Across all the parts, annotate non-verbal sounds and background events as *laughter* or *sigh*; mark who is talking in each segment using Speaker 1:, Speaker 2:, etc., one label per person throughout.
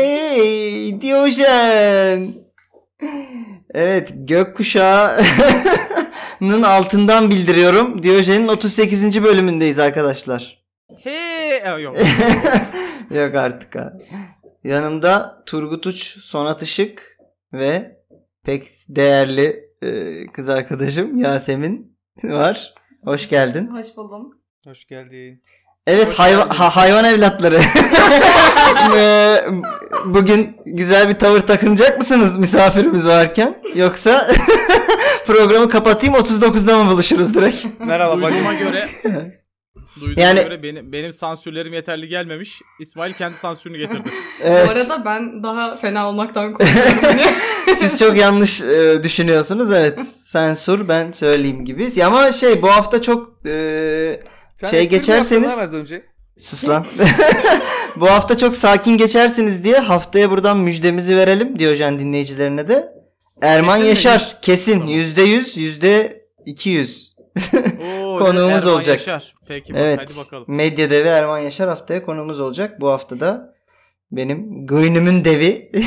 Speaker 1: Hey Diyojen. Evet gökkuşağının altından bildiriyorum. Diyojen'in 38. bölümündeyiz arkadaşlar. *laughs*
Speaker 2: He e, *laughs* yok.
Speaker 1: Yok artık ha. Yanımda Turgut Uç, Sonat Işık ve pek değerli e, kız arkadaşım Yasemin var. Hoş geldin.
Speaker 3: Hoş buldum.
Speaker 2: Hoş geldin.
Speaker 1: Evet
Speaker 2: Hoş
Speaker 1: hayvan
Speaker 2: geldin.
Speaker 1: ha- hayvan
Speaker 2: *laughs*
Speaker 1: evlatları. Ee, Bugün güzel bir tavır takınacak mısınız misafirimiz varken? Yoksa *laughs* programı kapatayım 39'da mı buluşuruz direkt?
Speaker 2: Merhaba
Speaker 4: Duyduğuma
Speaker 2: bacım. *laughs*
Speaker 4: göre Duyduğuma
Speaker 1: Yani-
Speaker 4: göre benim, benim sansürlerim yeterli gelmemiş. İsmail kendi sansürünü getirdi.
Speaker 1: Evet,
Speaker 3: Bu arada ben daha fena olmaktan korkuyorum.
Speaker 1: *laughs* siz çok yanlış e, düşünüyorsunuz. Evet sansür ben söyleyeyim gibi. Ama şey bu hafta çok e,
Speaker 2: *laughs* Sen
Speaker 1: Şey
Speaker 2: espri mi yaptın
Speaker 1: geçerseniz-
Speaker 2: lan az
Speaker 1: *laughs*
Speaker 2: önce.
Speaker 1: Sus lan. Bu hafta çok sakin geçersiniz diye haftaya buradan müjdemizi verelim Diyojen dinleyicilerine de. Erman
Speaker 4: Kesin mi?
Speaker 1: Yaşar kesin
Speaker 4: Tamam.
Speaker 1: yüzde yüz yüzde iki yüz.
Speaker 4: Oo,
Speaker 1: Konuğumuz
Speaker 4: Erman
Speaker 1: olacak.
Speaker 4: Yaşar. Peki bak,
Speaker 1: Evet.
Speaker 4: hadi bakalım.
Speaker 1: Medya devi Erman Yaşar haftaya konuğumuz olacak. Bu hafta da benim göynümün devi. *laughs*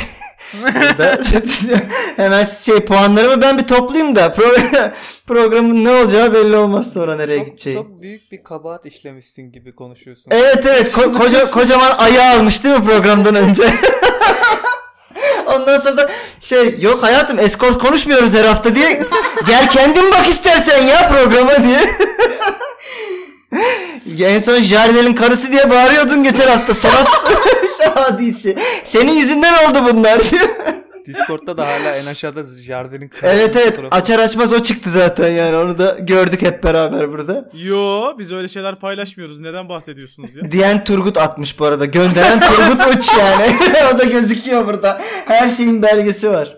Speaker 1: Burada *laughs* hemen şey puanlarımı ben bir toplayayım da pro- *laughs* programın ne olacağı belli olmaz sonra nereye
Speaker 2: Çok,
Speaker 1: gideceği.
Speaker 2: çok büyük bir kabahat işlemişsin gibi konuşuyorsun.
Speaker 1: Evet evet ko- koca, kocaman ayı almış değil mi programdan önce? *laughs* Ondan sonra da şey yok hayatım escort konuşmuyoruz her hafta diye gel kendin bak istersen ya programa diye. *laughs* Ya en son Jardel'in karısı diye bağırıyordun geçen hafta sanat *laughs* şahadisi. Senin yüzünden oldu bunlar *laughs* diyor.
Speaker 2: Discord'da da hala en aşağıda Jardin'in kralı
Speaker 1: Evet evet
Speaker 2: fotoğrafı.
Speaker 1: açar açmaz o çıktı zaten yani onu da gördük hep beraber burada.
Speaker 4: Yo biz öyle şeyler paylaşmıyoruz. Neden bahsediyorsunuz
Speaker 1: *laughs*
Speaker 4: ya?
Speaker 1: Diyen Turgut atmış bu arada. Gönderen Turgut Uç yani. *laughs* o da gözüküyor burada. Her şeyin belgesi var.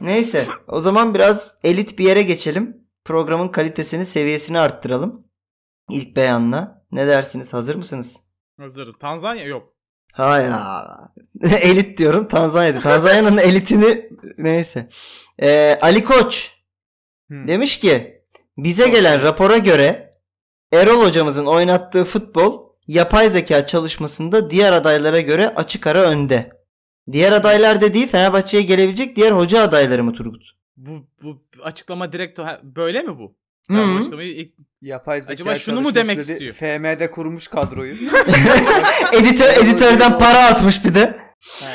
Speaker 1: Neyse o zaman biraz elit bir yere geçelim. Programın kalitesini seviyesini arttıralım. İlk beyanla. Ne dersiniz hazır mısınız?
Speaker 4: Hazırım. Tanzanya yok.
Speaker 1: Hayır. *laughs* Elit diyorum Tanzanya'da. *laughs* Tanzanya'nın elitini neyse. Ee, Ali Koç
Speaker 2: Hmm.
Speaker 1: demiş ki bize gelen rapora göre Erol hocamızın oynattığı futbol yapay zeka çalışmasında diğer adaylara göre açık ara önde. Diğer adaylar dediği Fenerbahçe'ye gelebilecek diğer hoca adayları mı Turgut?
Speaker 4: Bu, bu açıklama direkt ha, böyle mi bu?
Speaker 1: Hı.
Speaker 4: Ben bu açıklamayı ilk...
Speaker 2: Yapay zeka
Speaker 4: Acaba şunu mu
Speaker 2: çalışması
Speaker 4: demek
Speaker 2: dedi.
Speaker 4: istiyor?
Speaker 2: FM'de
Speaker 1: *laughs*
Speaker 2: kurmuş kadroyu.
Speaker 1: Editör, editörden para atmış bir de.
Speaker 2: Ha,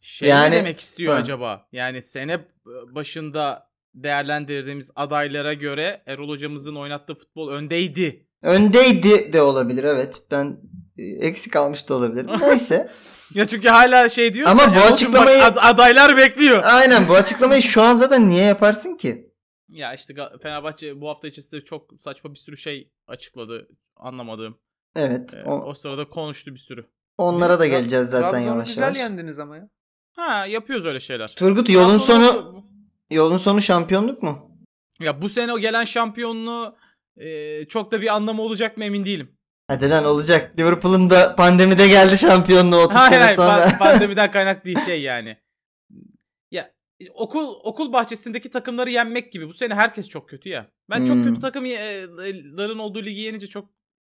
Speaker 4: Şey
Speaker 1: Yani-
Speaker 4: ne demek istiyor
Speaker 1: Ha.
Speaker 4: acaba? Yani sene başında değerlendirdiğimiz adaylara göre Erol hocamızın oynattığı futbol öndeydi. *laughs*
Speaker 1: Öndeydi de olabilir evet. Ben e, eksik almış da olabilirim. *laughs* Neyse.
Speaker 4: Ya çünkü hala şey diyor.
Speaker 1: Ama bu açıklamayı-
Speaker 4: adaylar
Speaker 1: *laughs*
Speaker 4: bekliyor.
Speaker 1: Aynen bu açıklamayı şu an zaten niye yaparsın ki?
Speaker 4: Ya işte Ga- Fenerbahçe bu hafta içerisinde çok saçma bir sürü şey açıkladı anlamadığım.
Speaker 1: Evet.
Speaker 4: Ee,
Speaker 1: o-
Speaker 4: o sırada konuştu bir sürü.
Speaker 1: onlara da
Speaker 2: Trab-
Speaker 1: geleceğiz zaten
Speaker 2: Trabzon'u
Speaker 1: yavaş
Speaker 2: güzel
Speaker 1: yavaş.
Speaker 2: yendiniz ama ya.
Speaker 4: Ha yapıyoruz öyle şeyler.
Speaker 1: Turgut yolun
Speaker 4: Trabzon'un-
Speaker 1: sonu yolun sonu şampiyonluk mu?
Speaker 4: Ya bu sene o gelen şampiyonluğu e, çok da bir anlamı olacak mı emin değilim.
Speaker 1: Hadi lan olacak. Liverpool'un da pandemide geldi şampiyonluğu 30
Speaker 4: Hayır
Speaker 1: sene
Speaker 4: hayır
Speaker 1: sonra.
Speaker 4: pan-
Speaker 1: *laughs*
Speaker 4: pandemiden kaynaklı değil şey yani. Ya e, okul okul bahçesindeki takımları yenmek gibi. Bu sene herkes çok kötü ya. Ben
Speaker 1: Hmm.
Speaker 4: çok kötü takımların olduğu ligi yenince çok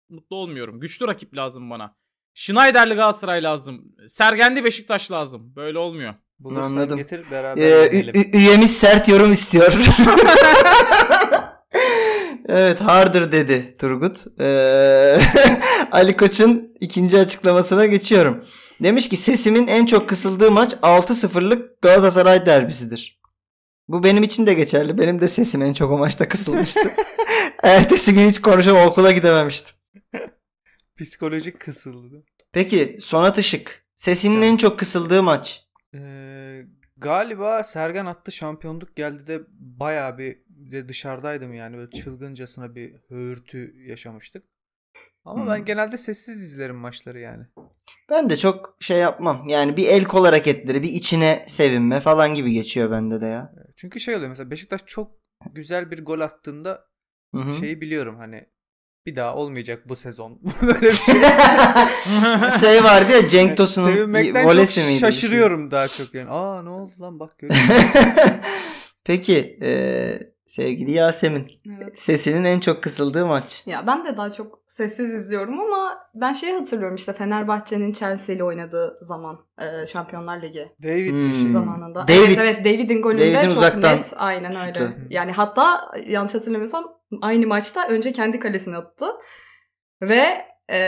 Speaker 4: mutlu olmuyorum. Güçlü rakip lazım bana. Schneider'li Galatasaray lazım. Sergenli Beşiktaş lazım. Böyle olmuyor.
Speaker 2: Bulursan
Speaker 1: Anladım.
Speaker 2: getir beraber
Speaker 1: Ee, ü-
Speaker 2: yenelim.
Speaker 1: ü- üyemiz sert yorum istiyor. *laughs* evet hardır dedi Turgut. Ee, *laughs* Ali Koç'un ikinci açıklamasına geçiyorum. Demiş ki sesimin en çok kısıldığı maç 6-0'lık Galatasaray derbisidir. Bu benim için de geçerli. Benim de sesim en çok o maçta kısılmıştı. Ertesi gün hiç konuşamam okula gidememiştim.
Speaker 2: Psikolojik kısıldı.
Speaker 1: Peki Sonat Işık. Sesinin en çok kısıldığı maç.
Speaker 2: Ee, galiba Sergen attı şampiyonluk geldi de bayağı bir bir de dışarıdaydım yani böyle çılgıncasına bir hürtü yaşamıştık. Ama ben
Speaker 1: Hmm.
Speaker 2: genelde sessiz izlerim maçları yani.
Speaker 1: Ben de çok şey yapmam. Yani bir el kol hareketleri, bir içine sevinme falan gibi geçiyor bende de ya.
Speaker 2: Çünkü şey oluyor mesela Beşiktaş çok güzel bir gol attığında
Speaker 1: Hı-hı.
Speaker 4: Şey-
Speaker 2: şeyi biliyorum hani bir daha olmayacak bu sezon. *laughs* Böyle bir şey.
Speaker 1: *laughs* şey vardı ya Cenk Tosun'un
Speaker 2: Sevinmekten
Speaker 1: volesi
Speaker 2: çok
Speaker 1: miydi? şey?
Speaker 2: şaşırıyorum daha çok yani. Aa ne oldu lan bak görüyorum.
Speaker 1: *laughs* Peki e, Sevgili Yasemin.
Speaker 3: Evet.
Speaker 1: Sesinin en çok kısıldığı maç.
Speaker 3: Ya ben de daha çok sessiz izliyorum ama ben şeyi hatırlıyorum işte Fenerbahçe'nin Chelsea ile oynadığı zaman e, Şampiyonlar Ligi
Speaker 2: David
Speaker 1: Hmm.
Speaker 2: şey.
Speaker 3: zamanında.
Speaker 1: David.
Speaker 3: Evet evet David'in golünde
Speaker 1: David'in
Speaker 3: çok
Speaker 1: uzaktan
Speaker 3: net aynen öyle.
Speaker 1: şutu.
Speaker 3: Yani hatta yanlış hatırlamıyorsam aynı maçta önce kendi kalesine attı. Ve e,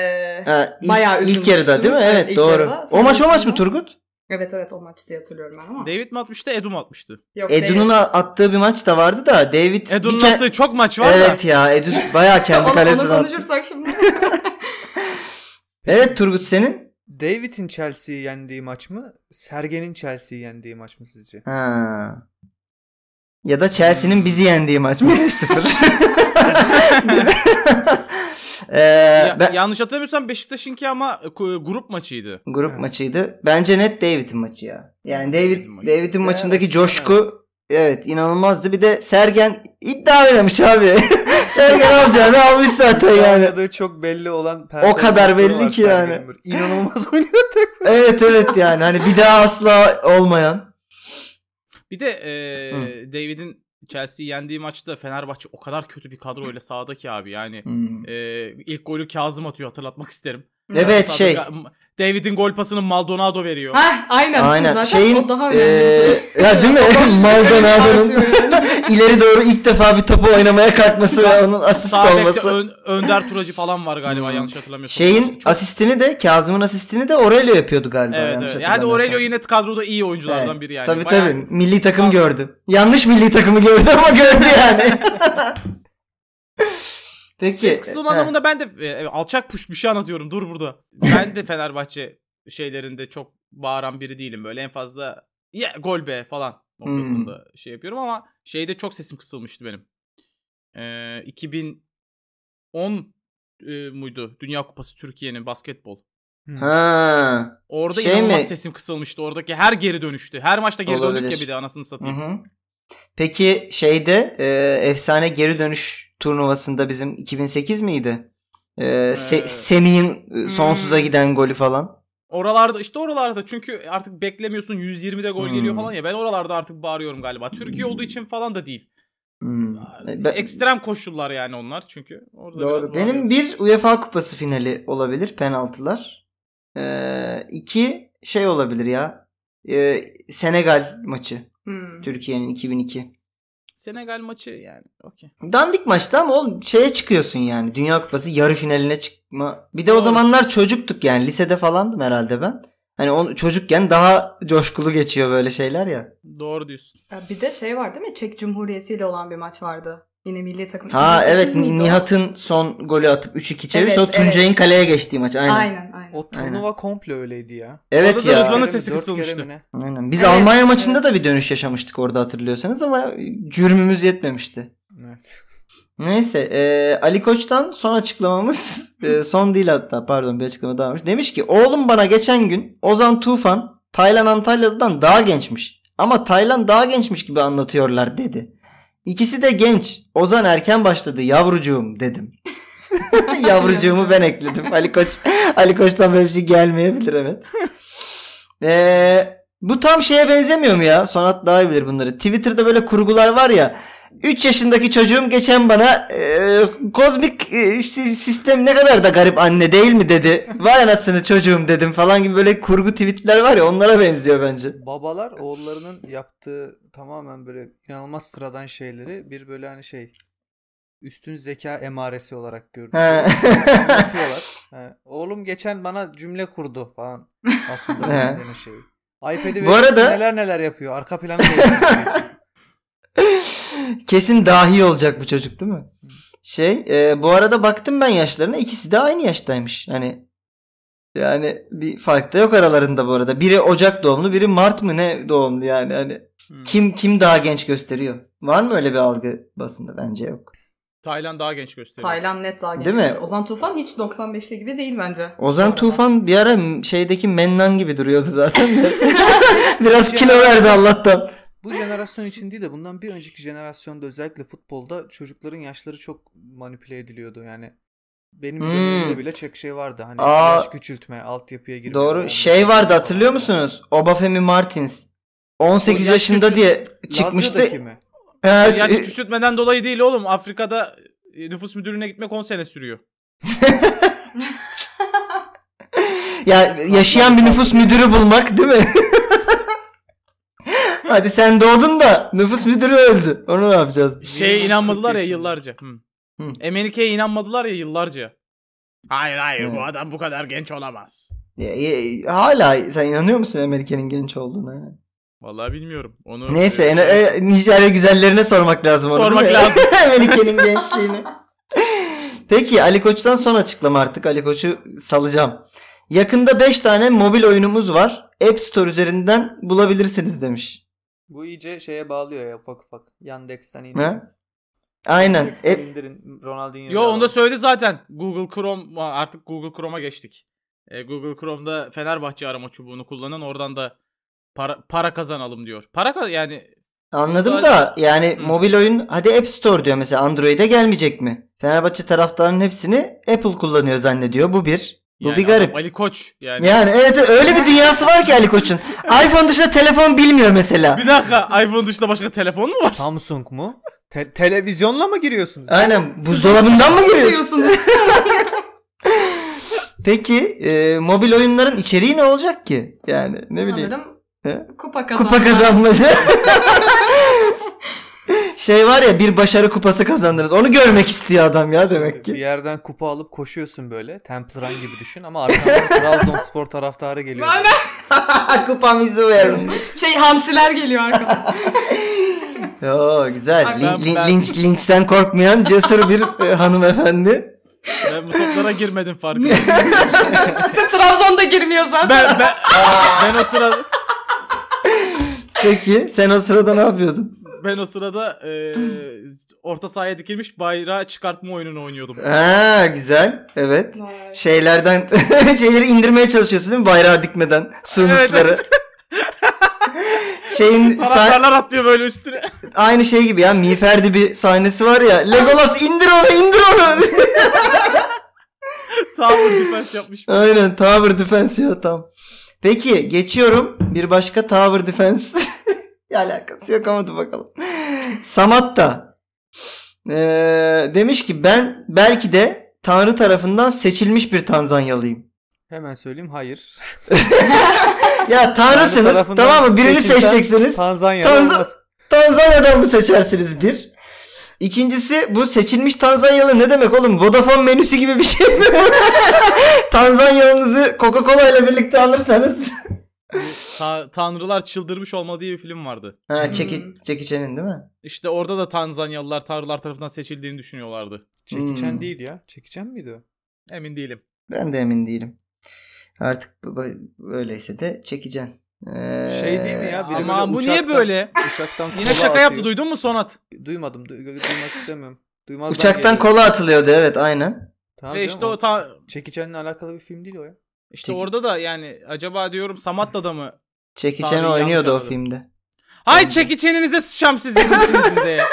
Speaker 1: Ha, ilk,
Speaker 3: Bayağı
Speaker 1: ilk
Speaker 3: üzülmüştüm.
Speaker 1: yarıda değil mi?
Speaker 3: Evet,
Speaker 1: Evet,
Speaker 3: ilk
Speaker 1: doğru.
Speaker 3: yarıda.
Speaker 1: O maç o maç
Speaker 3: Sonrasında-
Speaker 1: mı Turgut?
Speaker 3: evet evet o maç diye hatırlıyorum ben ama.
Speaker 4: David mi atmıştı, Edu mu atmıştı?
Speaker 3: Yok,
Speaker 1: Edu'nun
Speaker 3: David.
Speaker 1: a- attığı bir maç da vardı da David
Speaker 4: Edu'nun
Speaker 1: bir ke-
Speaker 4: attığı çok maç var da.
Speaker 1: Evet ya Edu bayağı kendi
Speaker 3: onu,
Speaker 1: kalesine
Speaker 3: onu
Speaker 1: attı.
Speaker 3: konuşursak şimdi.
Speaker 1: Evet Turgut senin?
Speaker 2: David'in Chelsea'yi yendiği maç mı? Sergen'in Chelsea'yi yendiği maç mı sizce?
Speaker 1: Ha. Ya da Chelsea'nin
Speaker 4: Hmm.
Speaker 1: bizi yendiği maç mı?
Speaker 4: *laughs*
Speaker 1: 0
Speaker 4: Ya-
Speaker 1: ee, ben-
Speaker 4: Yanlış hatırlamıyorsam Beşiktaş'ınki ama e, ku- grup maçıydı.
Speaker 1: grup
Speaker 2: Evet.
Speaker 1: maçıydı. Bence net David'in maçı ya. Yani David
Speaker 4: David'in maçı.
Speaker 1: David'in
Speaker 2: Evet,
Speaker 1: maçındaki
Speaker 2: evet.
Speaker 1: coşku evet inanılmazdı. Bir de Sergen iddia
Speaker 4: *laughs*
Speaker 1: oynamış abi. Sergen alacağını almış zaten yani.
Speaker 2: Oynadığı çok belli olan
Speaker 1: O kadar belli
Speaker 2: performansları
Speaker 1: ki
Speaker 2: var
Speaker 1: yani.
Speaker 2: Sergen'in. İnanılmaz *laughs* oynuyor.
Speaker 1: Evet evet yani hani bir daha asla olmayan.
Speaker 4: Bir de e, David'in Chelsea'yi yendiği maçta Fenerbahçe o kadar kötü bir kadroyla sahada ki abi yani. E, ilk golü Kazım atıyor hatırlatmak isterim.
Speaker 1: Evet
Speaker 4: Sahada
Speaker 1: şey.
Speaker 4: Ga- David'in gol pasını Maldonado veriyor.
Speaker 3: Hah aynen.
Speaker 1: Aynen.
Speaker 3: Zaten
Speaker 1: Şeyin, e,
Speaker 3: o daha önemli bir
Speaker 1: eee,
Speaker 3: şey.
Speaker 1: ya
Speaker 3: *laughs*
Speaker 1: değil mi?
Speaker 3: O
Speaker 1: *laughs*
Speaker 3: golü
Speaker 1: Maldonado'nun-
Speaker 3: atıyor
Speaker 1: *laughs*
Speaker 3: yani.
Speaker 1: İleri doğru ilk defa bir topu oynamaya kalkması ve onun asist
Speaker 4: Sağ bekte
Speaker 1: olması.
Speaker 4: Ön- Önder Turacı falan var galiba
Speaker 1: Hmm.
Speaker 4: yanlış hatırlamıyorsam.
Speaker 1: Şeyin
Speaker 4: Çok-
Speaker 1: asistini de Kazım'ın asistini de Aurelio yapıyordu galiba.
Speaker 4: Evet
Speaker 1: yanlış
Speaker 4: evet. Yani
Speaker 1: hatırlamıyorsam.
Speaker 4: Aurelio yine kadroda iyi oyunculardan
Speaker 1: Evet.
Speaker 4: biri yani.
Speaker 1: Tabii
Speaker 4: Bayağı-
Speaker 1: tabii. Milli takım
Speaker 4: Al-
Speaker 1: gördü. Yanlış milli takımı gördü ama gördü
Speaker 4: *laughs*
Speaker 1: yani. Peki.
Speaker 4: Ses kısılma
Speaker 1: Heh.
Speaker 4: anlamında ben de e, alçak puş bir şey anlatıyorum dur burada. Ben de
Speaker 1: *laughs*
Speaker 4: Fenerbahçe şeylerinde çok bağıran biri değilim böyle en fazla ya gol be falan noktasında
Speaker 1: Hmm.
Speaker 4: şey yapıyorum ama şeyde çok sesim kısılmıştı benim. Ee, 2010 e, muydu Dünya Kupası Türkiye'nin basketbol.
Speaker 1: Hmm. Ha.
Speaker 4: Orada
Speaker 1: Şey
Speaker 4: inanılmaz
Speaker 1: mi?
Speaker 4: sesim kısılmıştı. Oradaki her geri dönüştü. Her maçta geri döndük
Speaker 1: Olabilir.
Speaker 4: ya bir de anasını
Speaker 1: Hı
Speaker 4: satayım.
Speaker 1: hı. Peki şeyde e, efsane geri dönüş turnuvasında bizim 2008 miydi? E, Se-
Speaker 4: Ee.
Speaker 1: Semih'in e, sonsuza
Speaker 4: Hmm.
Speaker 1: giden golü falan.
Speaker 4: Oralarda işte oralarda çünkü artık beklemiyorsun 120'de gol geliyor
Speaker 1: Hmm.
Speaker 4: falan ya. Ben oralarda artık bağırıyorum galiba. Türkiye olduğu için falan da değil.
Speaker 1: Hmm.
Speaker 4: E,
Speaker 1: Ben-
Speaker 4: Ekstrem koşullar yani onlar çünkü. Orada
Speaker 1: Doğru.
Speaker 4: biraz
Speaker 1: Benim
Speaker 4: bağırıyorum.
Speaker 1: bir UEFA Kupası finali olabilir penaltılar. Ee, iki şey olabilir ya. Ee, Senegal maçı.
Speaker 3: Hmm.
Speaker 1: Türkiye'nin 2002.
Speaker 4: Senegal maçı yani. Okey.
Speaker 1: Dandik maçtı ama oğlum şeye çıkıyorsun yani. Dünya Kupası yarı finaline çıkma. Bir de o
Speaker 4: Doğru.
Speaker 1: zamanlar çocuktuk yani. Lisede falandım herhalde ben. Hani on, çocukken daha coşkulu geçiyor böyle şeyler ya.
Speaker 4: Doğru diyorsun.
Speaker 3: Ya Bir de şey var değil mi? Çek Cumhuriyeti ile olan bir maç vardı. Yine milli takım.
Speaker 1: Ha
Speaker 3: 2008
Speaker 1: evet
Speaker 3: miydi o?
Speaker 1: Nihat'ın son golü atıp 3-2 çevir
Speaker 3: Evet,
Speaker 1: sonra Tuncay'ın kaleye geçtiği maç. Aynen.
Speaker 3: Aynen aynen.
Speaker 2: O turnuva komple öyleydi ya.
Speaker 1: Evet
Speaker 4: Orada da
Speaker 1: ya.
Speaker 4: Rızvan'ın
Speaker 2: Dört
Speaker 4: sesi
Speaker 2: kere mi,
Speaker 4: kısılmıştı.
Speaker 2: dört kere mi ne?
Speaker 1: Aynen. Biz
Speaker 3: Evet,
Speaker 1: Almanya maçında da bir dönüş yaşamıştık orada hatırlıyorsanız ama cürmümüz yetmemişti.
Speaker 2: Evet.
Speaker 1: Neyse e, Ali Koç'tan son açıklamamız e, son değil hatta pardon bir açıklama daha varmış. Demiş ki oğlum bana geçen gün Ozan Tufan Taylan Antalya'dan daha gençmiş ama Taylan daha gençmiş gibi anlatıyorlar dedi. İkisi de genç Ozan erken başladı yavrucuğum dedim. *laughs* Yavrucuğumu ben ekledim. Ali Koç Ali Koç'tan böyle bir şey gelmeyebilir evet. Ee, bu tam şeye benzemiyor mu ya? Sonat daha iyi bilir bunları. Twitter'da böyle kurgular var ya. 3 yaşındaki çocuğum geçen bana e, kozmik e, si- sistem ne kadar da garip anne değil mi dedi. *laughs* Vay anasını çocuğum dedim falan gibi böyle kurgu tweetler var ya onlara benziyor bence.
Speaker 2: Babalar oğullarının yaptığı tamamen böyle inanılmaz sıradan şeyleri bir böyle hani şey üstün zeka emaresi olarak
Speaker 1: He.
Speaker 2: görüyorlar. Anlatıyorlar. Yani, oğlum geçen bana cümle kurdu falan.
Speaker 1: *laughs*
Speaker 2: Aslında
Speaker 1: He.
Speaker 2: cümlenin şeyi. iPad'i
Speaker 1: Bu
Speaker 2: verirsin,
Speaker 1: arada-
Speaker 2: neler neler yapıyor. Arka planı değiştiriyor.
Speaker 1: *laughs* Kesin dahi olacak bu çocuk değil mi? Şey e, bu arada baktım ben yaşlarına ikisi de aynı yaştaymış. Hani yani bir fark da yok aralarında bu arada. Biri Ocak doğumlu biri Mart mı ne doğumlu yani. Hani
Speaker 4: Hmm.
Speaker 1: kim kim daha genç gösteriyor? Var mı öyle bir algı basında? Bence yok.
Speaker 4: Tayland daha genç gösteriyor.
Speaker 3: Taylan net daha genç.
Speaker 1: Değil mi?
Speaker 3: Ozan Tufan hiç 95'li gibi değil bence.
Speaker 1: Ozan
Speaker 3: Sonradan.
Speaker 1: Tufan bir ara şeydeki Mennan gibi duruyordu zaten.
Speaker 2: *laughs*
Speaker 1: de. Biraz kilo verdi Allah'tan.
Speaker 2: *laughs* Bu jenerasyon için değil de bundan bir önceki jenerasyonda özellikle futbolda çocukların yaşları çok manipüle ediliyordu. Yani benim
Speaker 1: Hmm.
Speaker 2: dönemimde bile çok şey vardı. Hani
Speaker 1: Aa.
Speaker 2: yaş küçültme, altyapıya girme.
Speaker 1: Doğru.
Speaker 2: Yani
Speaker 1: Şey vardı hatırlıyor
Speaker 2: falan.
Speaker 1: musunuz? Obafemi Martins.
Speaker 2: O
Speaker 1: 18
Speaker 2: yaş
Speaker 1: yaşında
Speaker 4: küçük-
Speaker 1: diye çıkmıştı.
Speaker 2: Lazio'daki mi?
Speaker 1: Evet,
Speaker 4: Yaş
Speaker 1: e,
Speaker 4: küçültmeden dolayı değil oğlum. Afrika'da e, nüfus müdürlüğüne gitmek 10 sene sürüyor.
Speaker 1: ya yaşayan bir nüfus müdürü bulmak değil
Speaker 2: *laughs*
Speaker 1: mi? Hadi sen doğdun da nüfus müdürü öldü. Onu ne yapacağız?
Speaker 4: Şeye
Speaker 2: 20-40
Speaker 4: inanmadılar ya
Speaker 2: yaşında.
Speaker 4: yıllarca. Hı.
Speaker 1: Hı.
Speaker 4: Emenike'ye inanmadılar ya yıllarca. Hayır hayır
Speaker 1: Evet.
Speaker 4: bu adam bu kadar genç olamaz.
Speaker 1: Ya, ya, hala sen inanıyor musun Amerika'nın genç olduğuna?
Speaker 4: Vallahi bilmiyorum. Onu
Speaker 1: Neyse
Speaker 4: e,
Speaker 1: en- e, Nijerya güzellerine sormak lazım onu.
Speaker 4: Sormak
Speaker 1: değil mi?
Speaker 4: lazım.
Speaker 1: *laughs*
Speaker 4: *laughs*
Speaker 1: Melike'nin gençliğini. Peki Ali Koç'tan son açıklama artık. Ali Koç'u salacağım. Yakında 5 tane mobil oyunumuz var. App Store üzerinden bulabilirsiniz demiş.
Speaker 2: Bu iyice şeye bağlıyor ya ufak ufak. Yandex'ten indirin.
Speaker 1: Ha? Aynen. E,
Speaker 2: Yandex'ten
Speaker 1: App-
Speaker 2: indirin Ronaldinho'yu.
Speaker 4: Yo
Speaker 2: alalım.
Speaker 4: onu da söyledi zaten. Google Chrome artık Google Chrome'a geçtik. E, Google Chrome'da Fenerbahçe arama çubuğunu kullanın oradan da para, para kazanalım diyor. Para ka- yani
Speaker 1: anladım da
Speaker 4: Zaten-
Speaker 1: yani
Speaker 4: Hı.
Speaker 1: mobil oyun hadi App Store diyor mesela Android'e gelmeyecek mi? Fenerbahçe taraftarının hepsini Apple kullanıyor zannediyor. Bu bir. Bu
Speaker 4: yani
Speaker 1: bir garip.
Speaker 4: adam Ali Koç yani.
Speaker 1: Yani evet
Speaker 4: *laughs*
Speaker 1: öyle bir dünyası var ki Ali Koç'un. iPhone dışında telefon bilmiyor mesela.
Speaker 4: Bir dakika iPhone dışında başka telefon mu var?
Speaker 2: Samsung mu? Te- televizyonla mı giriyorsunuz?
Speaker 1: Aynen buzdolabından mı giriyorsun?
Speaker 3: diyorsunuz.
Speaker 1: Peki e, mobil oyunların içeriği ne olacak ki? Yani *laughs* ne bileyim.
Speaker 3: Sanırım
Speaker 1: He?
Speaker 3: kupa kazanma.
Speaker 1: Kupa kazanması. *laughs* şey var ya bir başarı kupası kazandınız. Onu görmek istiyor adam ya *laughs* demek *laughs*
Speaker 2: Bir
Speaker 1: ki.
Speaker 2: yerden kupa alıp koşuyorsun böyle. Templar gibi düşün
Speaker 1: *laughs*
Speaker 2: ama arkandan Trabzonspor taraftarı geliyor.
Speaker 4: Lan
Speaker 1: Ah, Kupamızı verin.
Speaker 3: Şey hamsiler
Speaker 1: *laughs*
Speaker 3: geliyor arkadan.
Speaker 1: Oo güzel.
Speaker 3: Ay,
Speaker 1: Lin-
Speaker 4: ben-
Speaker 1: lin-
Speaker 4: ben-
Speaker 1: Linç linçten korkmayan cesur bir e, hanımefendi.
Speaker 4: Ben bu toplara girmedim farkındayım.
Speaker 3: Sen Trabzon'da girmiyor zaten.
Speaker 4: ben, ben, ben o sırada
Speaker 1: Peki sen o sırada ne yapıyordun?
Speaker 4: ben o sırada e, orta sahaya dikilmiş bayrağı çıkartma oyununu oynuyordum.
Speaker 1: Ee, Ha güzel. Evet.
Speaker 3: Vay.
Speaker 1: şeylerden *laughs* şeyleri indirmeye çalışıyorsun değil mi bayrağı dikmeden sunusları. *laughs*
Speaker 2: *laughs*
Speaker 1: Şeyin sah-
Speaker 4: Taraftarlar atlıyor böyle üstüne.
Speaker 1: aynı şey gibi ya Miferdi bir sahnesi var ya Legolas indir onu indir onu. *laughs*
Speaker 4: Tower defense yapmış.
Speaker 1: Aynen Tower Defense ya tam. Peki geçiyorum bir başka Tower Defense. *laughs* Ya alakası yok ama dur bakalım. Samatta. Ee, demiş ki ben belki de Tanrı tarafından seçilmiş bir Tanzanyalıyım.
Speaker 2: Hemen söyleyeyim hayır.
Speaker 1: Ya
Speaker 2: Tanrı
Speaker 1: tanrısınız
Speaker 2: tarafından
Speaker 1: tamam mı? Birini
Speaker 2: seçilsen
Speaker 1: seçeceksiniz.
Speaker 2: Tanzanya'da
Speaker 1: Tanza-
Speaker 2: olmaz.
Speaker 1: Tanzanya'dan mı seçersiniz bir? İkincisi bu seçilmiş Tanzanyalı ne demek oğlum? Vodafone menüsü gibi bir şey mi? *laughs* Tanzanyalınızı Coca-Cola ile birlikte alırsanız. *laughs*
Speaker 4: Ta- Tanrılar Çıldırmış Olmalı diye bir film vardı.
Speaker 2: Hmm.
Speaker 1: ha Jackie, Jackie Chan'in değil mi?
Speaker 4: İşte orada da Tanzanyalılar Tanrılar tarafından seçildiğini düşünüyorlardı.
Speaker 2: Çekicen
Speaker 1: Hmm.
Speaker 2: değil ya. Çekicen miydi o?
Speaker 4: Emin değilim.
Speaker 1: Ben de emin değilim. Artık bu- bu- böyleyse de çekeceksin. Ee,
Speaker 2: Şey değil mi ya? Biri
Speaker 4: Ama
Speaker 2: böyle
Speaker 4: bu
Speaker 2: uçaktan-
Speaker 4: niye böyle?
Speaker 2: Uçaktan
Speaker 4: Yine
Speaker 2: kola
Speaker 4: şaka yaptı
Speaker 2: atıyor.
Speaker 4: duydun mu Sonat?
Speaker 2: Duymadım. du- duymak istemiyorum. Duymazdan
Speaker 1: Uçaktan
Speaker 2: geliyor.
Speaker 1: kola atılıyordu evet aynen.
Speaker 2: Tamam
Speaker 4: E
Speaker 2: canım,
Speaker 4: işte
Speaker 2: o
Speaker 4: o ta-
Speaker 2: Çekicenle alakalı bir film değil o ya.
Speaker 4: işte
Speaker 1: Çek-
Speaker 4: orada da yani acaba diyorum Samatta'da da mı?
Speaker 1: Jackie
Speaker 4: Tanrı'yı
Speaker 1: Chan
Speaker 4: yanlış
Speaker 1: oynuyordu o
Speaker 4: anladım.
Speaker 1: filmde.
Speaker 4: Hay çekiçeninize sıçam sizin
Speaker 2: *laughs*
Speaker 4: içinizde ya.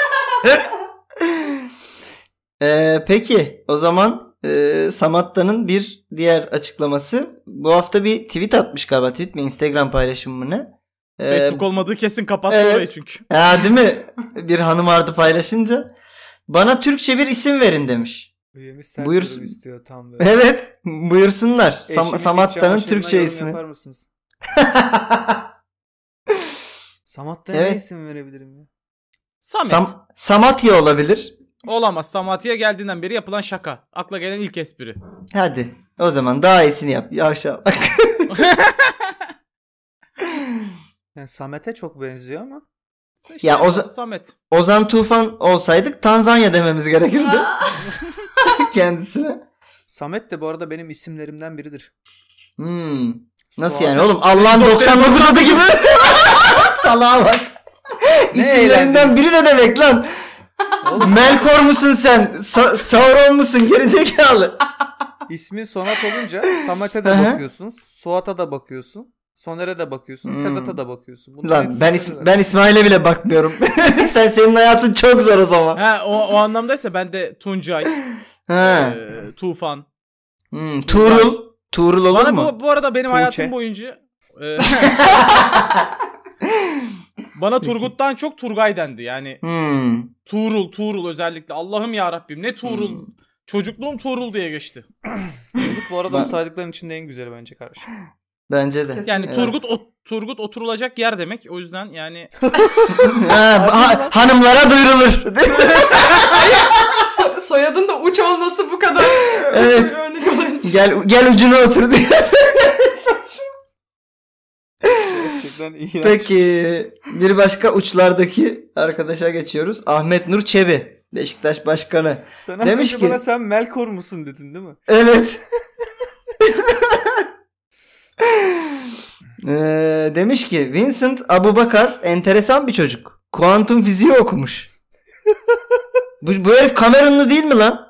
Speaker 1: Ee, peki o zaman e, Samatta'nın bir diğer açıklaması bu hafta bir tweet atmış galiba tweet mi Instagram paylaşımı mı ne? Ee,
Speaker 4: Facebook olmadığı kesin kapattı
Speaker 1: evet.
Speaker 4: orayı çünkü.
Speaker 1: ha, değil mi? Bir hanım vardı paylaşınca bana Türkçe bir isim verin demiş.
Speaker 2: Üyemiz sert
Speaker 1: Buyursun.
Speaker 2: durum istiyor tam böyle.
Speaker 1: Evet buyursunlar Sam-
Speaker 2: Eşimi
Speaker 1: Samatta'nın
Speaker 2: çamaşırına
Speaker 1: Türkçe
Speaker 2: yorum
Speaker 1: ismi. *laughs*
Speaker 2: Yapar mısınız? Samatta'ya ne
Speaker 1: Evet.
Speaker 2: isim verebilirim ya?
Speaker 4: Samet.
Speaker 1: Sam- Samatya olabilir.
Speaker 4: Olamaz. Samatya geldiğinden beri yapılan şaka. Akla gelen ilk espri.
Speaker 1: Hadi o zaman daha iyisini yap. Yavşa *laughs* bak.
Speaker 2: Yani Samet'e çok benziyor ama.
Speaker 4: İşte
Speaker 1: Ya Oza-
Speaker 4: Samet.
Speaker 1: Ozan Tufan olsaydık Tanzanya dememiz gerekirdi kendisine.
Speaker 2: Samet de bu arada benim isimlerimden biridir.
Speaker 1: Hmm. Nasıl
Speaker 2: Suazi-
Speaker 1: yani oğlum? Allah'ın 99 adı gibi. *laughs* Salağa bak.
Speaker 2: Ne
Speaker 1: İsimlerinden
Speaker 2: eğlendiniz?
Speaker 1: biri ne demek lan?
Speaker 2: Oğlum
Speaker 1: Melkor musun sen? Sa- Sauron musun gerizekalı?
Speaker 2: ismin Sonat
Speaker 1: *laughs*
Speaker 2: olunca Samet'e de
Speaker 1: Hı hı.
Speaker 2: bakıyorsun. Suat'a da bakıyorsun. Soner'e de bakıyorsun.
Speaker 1: Hmm.
Speaker 2: Sedat'a da bakıyorsun. Bunların
Speaker 1: lan
Speaker 2: hepsi
Speaker 1: ben
Speaker 2: Soner'e
Speaker 1: is-
Speaker 2: de.
Speaker 1: ben İsmail'e bile bakmıyorum. *laughs* sen senin hayatın çok zor o zaman.
Speaker 4: Ha, o, o anlamdaysa ben de Tuncay,
Speaker 1: Ha.
Speaker 4: e, Tufan.
Speaker 1: Hmm, Tuğrul. Tuğrul olur
Speaker 4: Bana
Speaker 1: mu?
Speaker 4: bu,
Speaker 1: *laughs*
Speaker 4: bu arada benim
Speaker 2: Tuğçe.
Speaker 4: hayatım boyunca e, Bana Turgut'tan çok Turgay dendi. Yani
Speaker 1: Hmm.
Speaker 4: Tuğrul, Tuğrul özellikle. Allah'ım ya Rabbim ne Tuğrul.
Speaker 1: Hmm.
Speaker 4: Çocukluğum Tuğrul diye geçti.
Speaker 2: Turgut bu arada
Speaker 1: Ben-
Speaker 2: bu saydıkların içinde en güzeli
Speaker 1: *laughs*
Speaker 2: bence kardeşim.
Speaker 1: Bence de.
Speaker 3: Kesin.
Speaker 4: Yani
Speaker 1: Evet.
Speaker 4: Turgut o, Turgut oturulacak yer demek. O yüzden yani
Speaker 1: Ha, ha- hanımlara duyurulur.
Speaker 3: So- soyadın da uç olması bu kadar
Speaker 1: *laughs* Evet.
Speaker 3: uç bir örnek olabilir.
Speaker 1: gel gel ucuna otur diye.
Speaker 2: Gerçekten iğrenç. şey.
Speaker 1: Peki bir başka uçlardaki arkadaşa geçiyoruz. Ahmet Nur Çebi. Beşiktaş Başkanı.
Speaker 2: Sen az
Speaker 1: Demiş
Speaker 2: önce
Speaker 1: ki-
Speaker 2: bana sen Melkor musun dedin değil mi?
Speaker 1: Evet. *laughs* Ee, demiş ki Vincent Abubakar enteresan bir çocuk. Kuantum fiziği okumuş. bu, bu herif Cameron'lu değil mi lan?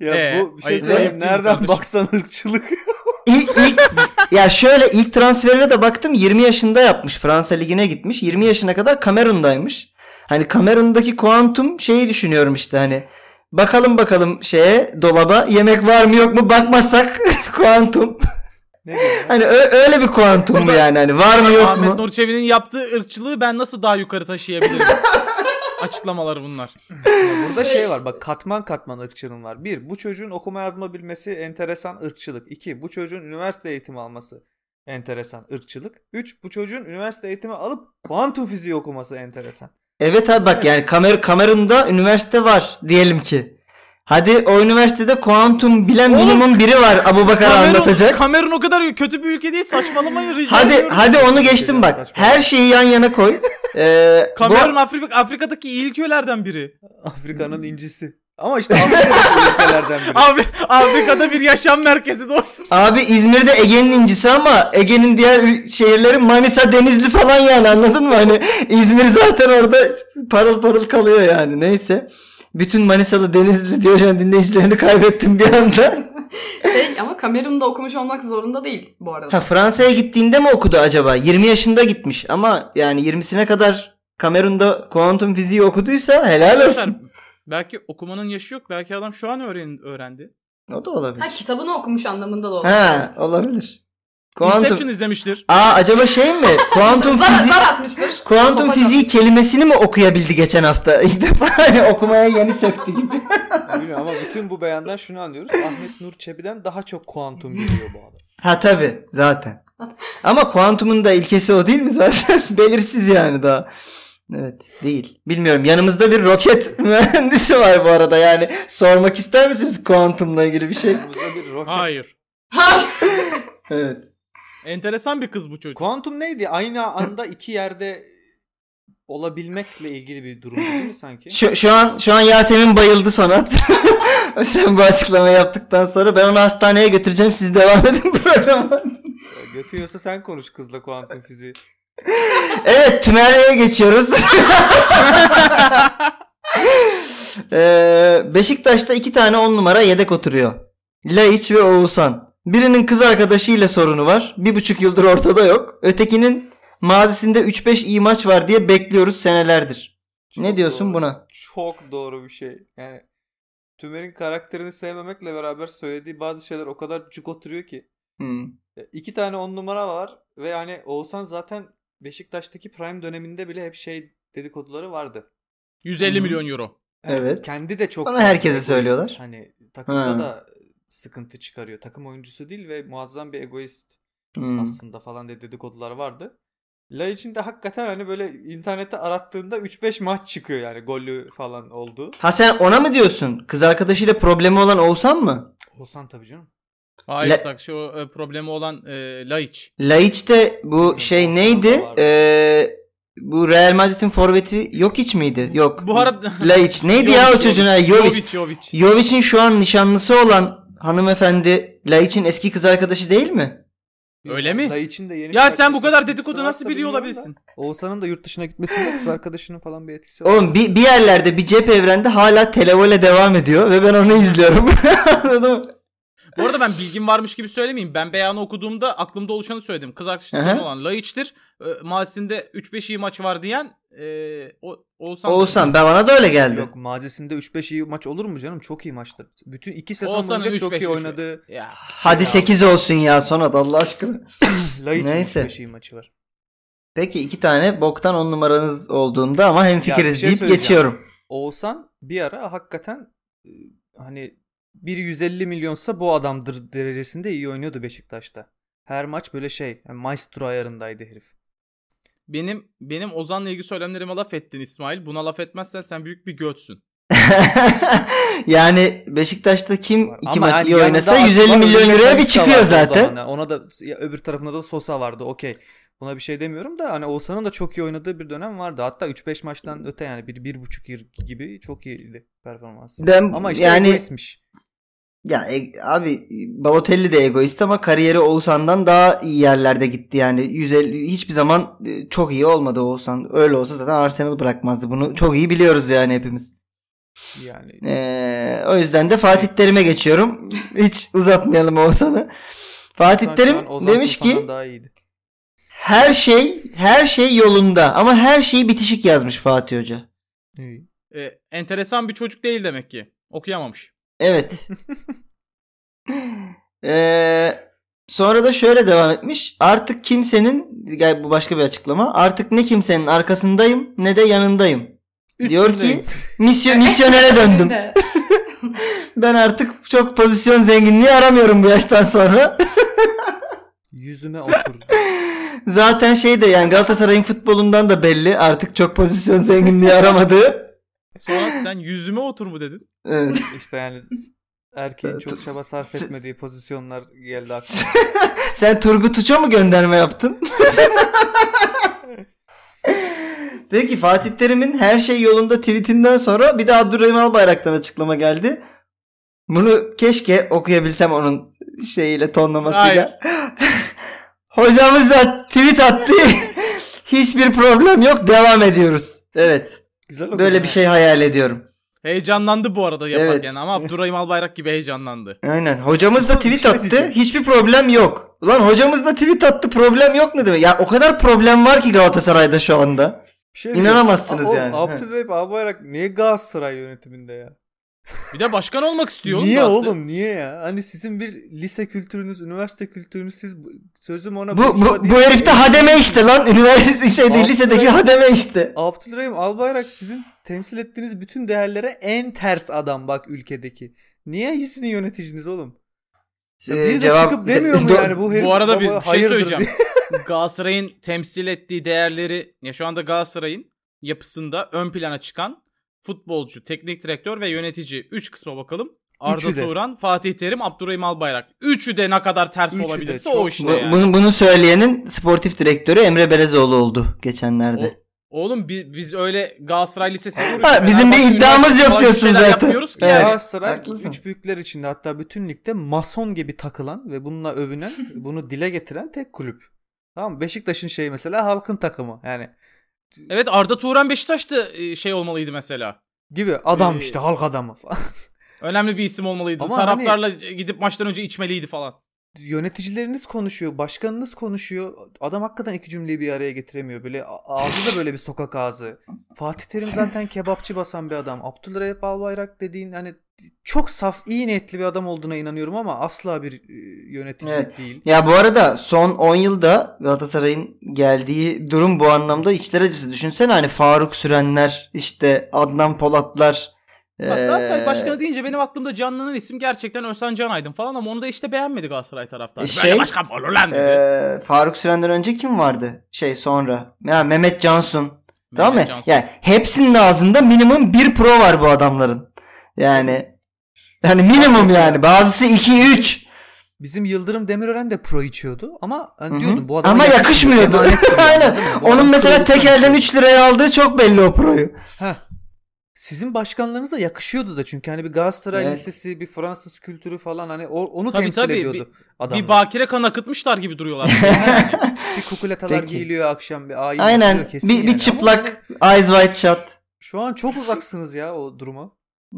Speaker 2: Ya
Speaker 4: Ee,
Speaker 2: bu bir şey
Speaker 4: ayıp-
Speaker 2: söyleyeyim.
Speaker 4: ayıp değil mi
Speaker 2: Nereden
Speaker 4: kardeşim?
Speaker 2: baksan ırkçılık. *laughs*
Speaker 1: İlk, ilk-
Speaker 4: *laughs*
Speaker 1: ya şöyle ilk transferine de baktım 20 yaşında yapmış. Fransa ligine gitmiş. 20 yaşına kadar Kamerun'daymış. Hani Kamerun'daki kuantum şeyi düşünüyorum işte hani. Bakalım bakalım şeye dolaba yemek var mı yok mu bakmazsak *laughs* kuantum.
Speaker 2: ne bileyim.
Speaker 1: Hani ö- öyle bir kuantum
Speaker 4: *laughs*
Speaker 1: bu yani hani var mı yok
Speaker 4: Ahmet
Speaker 1: mu?
Speaker 4: Nur Çebi'nin yaptığı ırkçılığı ben nasıl daha yukarı
Speaker 1: *laughs*
Speaker 4: taşıyabilirim? Açıklamalar bunlar.
Speaker 2: Ya Burada şey var bak katman katman ırkçılığın var. Bir bu çocuğun okuma yazma bilmesi enteresan ırkçılık. İki bu çocuğun üniversite eğitimi alması enteresan ırkçılık. Üç bu çocuğun üniversite eğitimi alıp kuantum fiziği okuması enteresan. *laughs*
Speaker 1: Evet abi bak yani kamer Kamerun'da üniversite var diyelim ki. Hadi o üniversitede kuantum bilen
Speaker 4: Oğlum,
Speaker 1: minimum biri var Abu Bakar anlatacak.
Speaker 4: Kamerun o kadar kötü bir ülke değil saçmalamayın rica
Speaker 1: Hadi
Speaker 4: ediyorum.
Speaker 1: hadi onu geçtim bak. Her şeyi yan yana koy. Ee, bu-
Speaker 4: Kamerun Afri- Afrika'daki iyi ülkelerden biri.
Speaker 2: Afrika'nın incisi. Ama işte Afrika'daki ülkelerden
Speaker 4: *laughs*
Speaker 2: biri.
Speaker 4: Abi Afrika'da bir yaşam merkezi doğru.
Speaker 1: abi İzmir'de Ege'nin incisi ama Ege'nin diğer ül- şehirleri Manisa, Denizli falan yani anladın mı? Hani İzmir zaten orada parıl parıl kalıyor yani. Neyse. Bütün Manisalı, Denizli, Diyojen dinleyicilerini kaybettim bir anda.
Speaker 3: Şey ama Kamerun'da okumuş olmak zorunda değil bu arada.
Speaker 1: Ha Fransa'ya gittiğinde mi okudu acaba? 20 yaşında gitmiş ama yani 20'sine kadar Kamerun'da kuantum fiziği okuduysa helal
Speaker 4: Arkadaşlar,
Speaker 1: olsun.
Speaker 4: belki okumanın yaşı yok. Belki adam şu an öğren öğrendi.
Speaker 1: O da olabilir.
Speaker 3: Ha kitabını okumuş anlamında da olabilir.
Speaker 1: Ha olabilir.
Speaker 4: Inception
Speaker 1: Kuantum
Speaker 4: izlemiştir.
Speaker 1: Aa acaba şey mi? Kuantum
Speaker 3: zar,
Speaker 1: fiziği
Speaker 3: zar atmıştır.
Speaker 1: Kuantum
Speaker 3: Topa
Speaker 1: fiziği
Speaker 3: çarpmış.
Speaker 1: kelimesini mi okuyabildi geçen hafta? *laughs* İlk defa hani okumaya yeni söktü gibi.
Speaker 2: Bilmiyorum ama bütün bu beyandan şunu anlıyoruz. Ahmet Nur Çebi'den daha çok kuantum biliyor bu adam.
Speaker 1: Ha tabi zaten. Ama kuantumun da ilkesi o değil mi zaten? *laughs* Belirsiz yani daha. Evet değil. Bilmiyorum yanımızda bir roket *laughs* mühendisi var bu arada yani. Sormak ister misiniz kuantumla ilgili bir şey?
Speaker 2: Yanımızda bir roket.
Speaker 4: Hayır.
Speaker 1: Evet.
Speaker 4: Enteresan bir kız bu çocuk.
Speaker 2: Kuantum neydi? Aynı anda iki yerde olabilmekle ilgili bir durum değil mi sanki?
Speaker 1: Şu, şu an şu an Yasemin bayıldı sonat. *laughs* Sen bu açıklamayı yaptıktan sonra ben onu hastaneye götüreceğim. Siz devam edin *laughs* programa.
Speaker 2: Götüyorsa sen konuş kızla kuantum fiziği.
Speaker 1: Evet Tümer'e
Speaker 2: *laughs*
Speaker 1: geçiyoruz. Ee, Beşiktaş'ta iki tane on numara yedek oturuyor. Laiç ve Oğuzhan. Birinin kız arkadaşıyla sorunu var. Bir buçuk yıldır ortada yok. Ötekinin mazisinde 3-5 iyi maç var diye bekliyoruz senelerdir.
Speaker 2: Çok
Speaker 1: ne diyorsun
Speaker 2: doğru.
Speaker 1: buna?
Speaker 2: Çok doğru bir şey. Yani Tümer'in karakterini sevmemekle beraber söylediği bazı şeyler o kadar cuk oturuyor ki.
Speaker 1: Hmm.
Speaker 2: Ya İki tane on numara var ve hani Oğuzhan zaten Beşiktaş'taki prime döneminde bile hep şey dedikoduları vardı.
Speaker 4: 150 milyon euro.
Speaker 1: Evet.
Speaker 2: Kendi de çok
Speaker 1: Onu herkese
Speaker 2: egoist.
Speaker 1: söylüyorlar.
Speaker 2: Hani takımda
Speaker 1: Ha.
Speaker 2: da sıkıntı çıkarıyor. Takım oyuncusu değil ve muazzam bir egoist
Speaker 1: Hmm.
Speaker 2: aslında falan diye dedikodular vardı. La için de hakikaten hani böyle internette arattığında 3-5 maç çıkıyor yani gollü falan oldu.
Speaker 1: Ha sen ona mı diyorsun? Kız arkadaşıyla problemi olan Oğuzhan mı?
Speaker 2: Oğuzhan tabii canım.
Speaker 4: Hayır
Speaker 1: Le-
Speaker 4: Sakşı o e, problemi olan e, Laiç.
Speaker 1: Laiç'te bu
Speaker 2: Bilmiyorum,
Speaker 1: şey
Speaker 2: Oğuzhan'da
Speaker 1: neydi?
Speaker 2: vardı.
Speaker 1: Ee, bu Real Madrid'in forveti yok hiç miydi? Yok.
Speaker 4: Bu *laughs* arada...
Speaker 1: Laiç. Neydi ya o
Speaker 4: Jovic,
Speaker 1: çocuğun? adı? Jovic.
Speaker 4: Jovic. Jovic.
Speaker 1: Jovic'in şu an nişanlısı olan hanımefendi Laiç'in eski kız arkadaşı değil mi?
Speaker 4: Öyle mi?
Speaker 2: La için de yeni
Speaker 4: Ya
Speaker 2: kız
Speaker 4: sen bu kadar
Speaker 2: arkadaşının
Speaker 4: dedikodu
Speaker 2: sıkıntısı
Speaker 4: nasıl
Speaker 2: varsa
Speaker 4: biliyor
Speaker 2: bilmiyorum
Speaker 4: olabilirsin?
Speaker 2: da Oğuzhan'ın da yurt dışına *laughs* gitmesinde kız arkadaşının falan bir etkisi var.
Speaker 1: Oğlum bir, bir yerlerde bir cep evrende hala televole devam ediyor ve ben onu izliyorum. *laughs* Anladın mı?
Speaker 4: Bu arada ben bilgim varmış gibi söylemeyeyim. Ben beyanı okuduğumda aklımda oluşanı söyledim. Kız arkadaşı
Speaker 1: Aha.
Speaker 4: sorun olan Laiç'tir. E, Mazisinde 3-5 iyi maç var diyen e, o, Oğuzhan.
Speaker 1: Oğuzhan ben bana da öyle geldi.
Speaker 2: Yok mazisinde 3-5 iyi maç olur mu canım? Çok iyi maçtır. Bütün 2 sezon
Speaker 4: Oğuzhan'ın
Speaker 2: boyunca
Speaker 4: 3-5
Speaker 2: çok iyi
Speaker 4: maçı.
Speaker 2: oynadı.
Speaker 4: Ya.
Speaker 1: Hadi 8 olsun ya Sonat Allah aşkına.
Speaker 2: La için
Speaker 1: Neyse.
Speaker 2: 3-5 iyi maçı var.
Speaker 1: Peki iki tane boktan on numaranız olduğunda ama hem
Speaker 2: Ya, bir
Speaker 1: fikiriz
Speaker 2: şey
Speaker 1: deyip
Speaker 2: söyleyeceğim.
Speaker 1: geçiyorum. *laughs*
Speaker 2: Oğuzhan bir ara hakikaten e, hani bir 150 milyonsa bu adamdır derecesinde iyi oynuyordu Beşiktaş'ta. Her maç böyle şey yani maestro ayarındaydı herif.
Speaker 4: Benim benim Ozan'la ilgili söylemlerime laf ettin İsmail. Buna laf etmezsen sen büyük bir götsün.
Speaker 1: yani Beşiktaş'ta kim
Speaker 2: Var.
Speaker 1: iki
Speaker 2: Ama
Speaker 1: maç
Speaker 2: yani
Speaker 1: iyi
Speaker 2: yanında
Speaker 1: oynasa
Speaker 2: Akman,
Speaker 1: 150 milyon
Speaker 2: önünde
Speaker 1: liraya bir
Speaker 2: Sosa
Speaker 1: çıkıyor
Speaker 2: vardı o
Speaker 1: zaten.
Speaker 2: zaman. Yani ona da ya öbür tarafında da Sosa vardı. Okey. Buna bir şey demiyorum da hani Oğuzhan'ın da çok iyi oynadığı bir dönem vardı. Hatta 3-5 maçtan öte yani bir, bir buçuk yıl gibi çok iyiydi performansı.
Speaker 1: Ben-
Speaker 2: Ama işte
Speaker 1: yani
Speaker 2: egoistmiş.
Speaker 1: ya e- abi Balotelli de egoist ama kariyeri Oğuzhan'dan daha iyi yerlerde gitti yani 150 hiçbir zaman e, çok iyi olmadı Oğuzhan. Öyle olsa zaten Arsenal bırakmazdı. Bunu çok iyi biliyoruz yani hepimiz.
Speaker 2: Yani
Speaker 1: Ee, o yüzden de Fatih Terim'e geçiyorum. Hiç uzatmayalım Oğuzhan'ı. Fatih
Speaker 2: Ozan şu
Speaker 1: Terim
Speaker 2: an Ozan
Speaker 1: demiş ki
Speaker 2: Tufan'dan daha iyiydi.
Speaker 1: her şey her şey yolunda ama her şeyi bitişik yazmış Fatih Hoca.
Speaker 2: İyi.
Speaker 4: Ee, enteresan bir çocuk değil demek ki. Okuyamamış.
Speaker 1: Evet. Ee, sonra da şöyle devam etmiş. Artık kimsenin gel bu başka bir açıklama. Artık ne kimsenin arkasındayım ne de yanındayım. Diyor
Speaker 2: Üstündeyim.
Speaker 1: ki misyon
Speaker 3: *laughs*
Speaker 1: misyonere döndüm.
Speaker 3: De.
Speaker 1: Ben artık çok pozisyon zenginliği aramıyorum bu yaştan sonra. *laughs*
Speaker 2: yüzüme otur.
Speaker 1: Zaten şey de yani Galatasaray'ın futbolundan da belli. Artık çok pozisyon zenginliği aramadığı.
Speaker 4: Sonra *laughs* sen yüzüme otur mu dedin?
Speaker 1: Evet.
Speaker 2: İşte yani erkeğin çok çaba sarf
Speaker 1: Siz-
Speaker 2: etmediği pozisyonlar geldi aklıma.
Speaker 1: *laughs* Sen Turgut Uç'a mı gönderme yaptın? *laughs* Peki Fatih Terim'in her şey yolunda tweetinden sonra bir de Abdurrahim Albayrak'tan açıklama geldi. Bunu keşke okuyabilsem onun şeyiyle tonlamasıyla. *laughs* Hocamız da tweet attı. *laughs* Hiçbir problem yok devam ediyoruz. Evet
Speaker 2: Güzel okudun
Speaker 1: böyle
Speaker 2: ha.
Speaker 1: bir şey hayal ediyorum.
Speaker 4: Heyecanlandı bu arada yaparken
Speaker 1: Evet.
Speaker 4: ama Abdurrahim Albayrak gibi heyecanlandı.
Speaker 1: Aynen hocamız da
Speaker 2: Bir
Speaker 1: tweet
Speaker 2: şey
Speaker 1: attı
Speaker 2: diyeceğim.
Speaker 1: hiçbir problem yok. Ulan hocamız da tweet attı problem yok ne demek? Ya o kadar problem var ki Galatasaray'da şu anda.
Speaker 2: Bir şey
Speaker 1: İnanamazsınız
Speaker 2: diyeceğim.
Speaker 1: yani.
Speaker 2: A- o Abdülrahim Albayrak niye Galatasaray yönetiminde ya?
Speaker 4: Bir de başkan olmak istiyor. oğlum
Speaker 2: niye
Speaker 4: da aslında.
Speaker 2: oğlum niye ya? Hani sizin bir lise kültürünüz, üniversite kültürünüz siz bu- sözüm ona
Speaker 1: Bu,
Speaker 2: burjuva
Speaker 1: bu,
Speaker 2: değil-
Speaker 1: bu herif de hademe işte lan. *laughs* Üniversite şey değil
Speaker 2: Altı
Speaker 1: lisedeki
Speaker 2: ay-
Speaker 1: hademe işte.
Speaker 2: Abdülrahim Albayrak sizin temsil ettiğiniz bütün değerlere en ters adam bak ülkedeki. Niye hissini yöneticiniz oğlum? Ya
Speaker 1: Ee,
Speaker 2: biri de çıkıp demiyor mu
Speaker 1: Do-
Speaker 2: yani bu herif
Speaker 4: Bu arada bir
Speaker 2: baba
Speaker 4: şey
Speaker 2: hayırdır *laughs*
Speaker 4: söyleyeceğim.
Speaker 2: diye.
Speaker 4: Galatasaray'ın temsil ettiği değerleri ya şu anda Galatasaray'ın yapısında ön plana çıkan futbolcu, teknik direktör ve yönetici 3 kısma bakalım. Arda
Speaker 2: Üçü de.
Speaker 4: Turan, Fatih Terim, Abdurrahim Albayrak. Üçü de ne kadar ters
Speaker 2: Üçü de
Speaker 4: olabilirse
Speaker 2: çok-
Speaker 4: o işte
Speaker 1: Bu-
Speaker 4: yani.
Speaker 1: bunu, bunu söyleyenin sportif direktörü Emre Belezoğlu oldu geçenlerde.
Speaker 4: O- Oğlum biz, biz öyle Galatasaray Lisesi vuruyoruz.
Speaker 1: Ha, bizim bir
Speaker 4: Fenerbahçe
Speaker 1: iddiamız
Speaker 4: Üniversitesi
Speaker 1: yok
Speaker 4: falan bir
Speaker 1: diyorsun
Speaker 4: şeyler
Speaker 1: zaten.
Speaker 4: yapmıyoruz ki
Speaker 1: Evet.
Speaker 4: yani.
Speaker 2: Galatasaray
Speaker 1: haklısın.
Speaker 2: üç büyükler içinde hatta bütün ligde mason gibi takılan ve bununla
Speaker 1: *laughs*
Speaker 2: övünen, bunu dile getiren tek kulüp. Tamam mı? Beşiktaş'ın şeyi mesela halkın takımı yani
Speaker 4: Evet Arda Turan Beşiktaş'ta e, şey olmalıydı mesela.
Speaker 2: gibi adam
Speaker 4: Ee,
Speaker 2: işte halk adamı falan. *laughs*
Speaker 4: Önemli bir isim olmalıydı.
Speaker 2: Ama hani-
Speaker 4: Taraftarla e, gidip maçtan önce içmeliydi falan.
Speaker 2: Yöneticileriniz konuşuyor, başkanınız konuşuyor. Adam hakikaten iki cümleyi bir araya getiremiyor. Böyle a- ağzı da böyle bir sokak ağzı. Fatih Terim zaten kebapçı basan bir adam. Abdülrahip Albayrak dediğin hani çok saf, iyi niyetli bir adam olduğuna inanıyorum ama asla bir e, yönetici
Speaker 1: Evet.
Speaker 2: değil.
Speaker 1: Ya bu arada son 10 yılda Galatasaray'ın geldiği durum bu anlamda içler acısı. Düşünsene hani Faruk Sürenler, işte Adnan Polatlar.
Speaker 4: Bak
Speaker 1: ee,
Speaker 4: Galatasaray başkanı deyince benim aklımda canlanan isim gerçekten Özcan Canaydın falan ama onu da işte beğenmedi Galatasaray taraftarı.
Speaker 1: Şey,
Speaker 4: Böyle başkan mı olur lan dedi.
Speaker 1: ee, Faruk Süren'den önce kim vardı? Şey sonra. Ya Mehmet Cansun. Tamam mı?
Speaker 4: Mehmet Cansu.
Speaker 1: Yani hepsinin ağzında minimum bir pro var bu adamların. Yani yani minimum
Speaker 2: Mesela-
Speaker 1: yani. Bazısı 2 3.
Speaker 2: Bizim Yıldırım Demirören de pro içiyordu ama hani
Speaker 1: Hı hı.
Speaker 2: diyordum bu adama
Speaker 1: Ama yakışmıyordu.
Speaker 2: emanet gibi,
Speaker 1: *laughs* Aynen.
Speaker 2: anladın mı? Bu
Speaker 1: Onun
Speaker 2: adam
Speaker 1: mesela
Speaker 2: pro'luktan
Speaker 1: tek elden
Speaker 2: içiyor.
Speaker 1: 3 liraya aldığı çok belli o proyu.
Speaker 2: Heh. Sizin başkanlarınıza yakışıyordu da çünkü hani bir Galatasaray
Speaker 1: Evet.
Speaker 2: lisesi, bir Fransız kültürü falan hani o- onu
Speaker 4: Tabii,
Speaker 2: temsil
Speaker 4: tabii.
Speaker 2: ediyordu
Speaker 1: *laughs*
Speaker 2: adamlar.
Speaker 4: Bir bakire kan akıtmışlar gibi duruyorlar.
Speaker 2: *laughs* Bir kukuletalar
Speaker 1: Peki.
Speaker 2: giyiliyor akşam bir ayin
Speaker 1: Aynen.
Speaker 2: yapılıyor
Speaker 1: Bir,
Speaker 2: kesin
Speaker 1: bir
Speaker 2: yani. Ama hani
Speaker 1: çıplak eyes wide shut.
Speaker 2: şu an çok uzaksınız ya o duruma.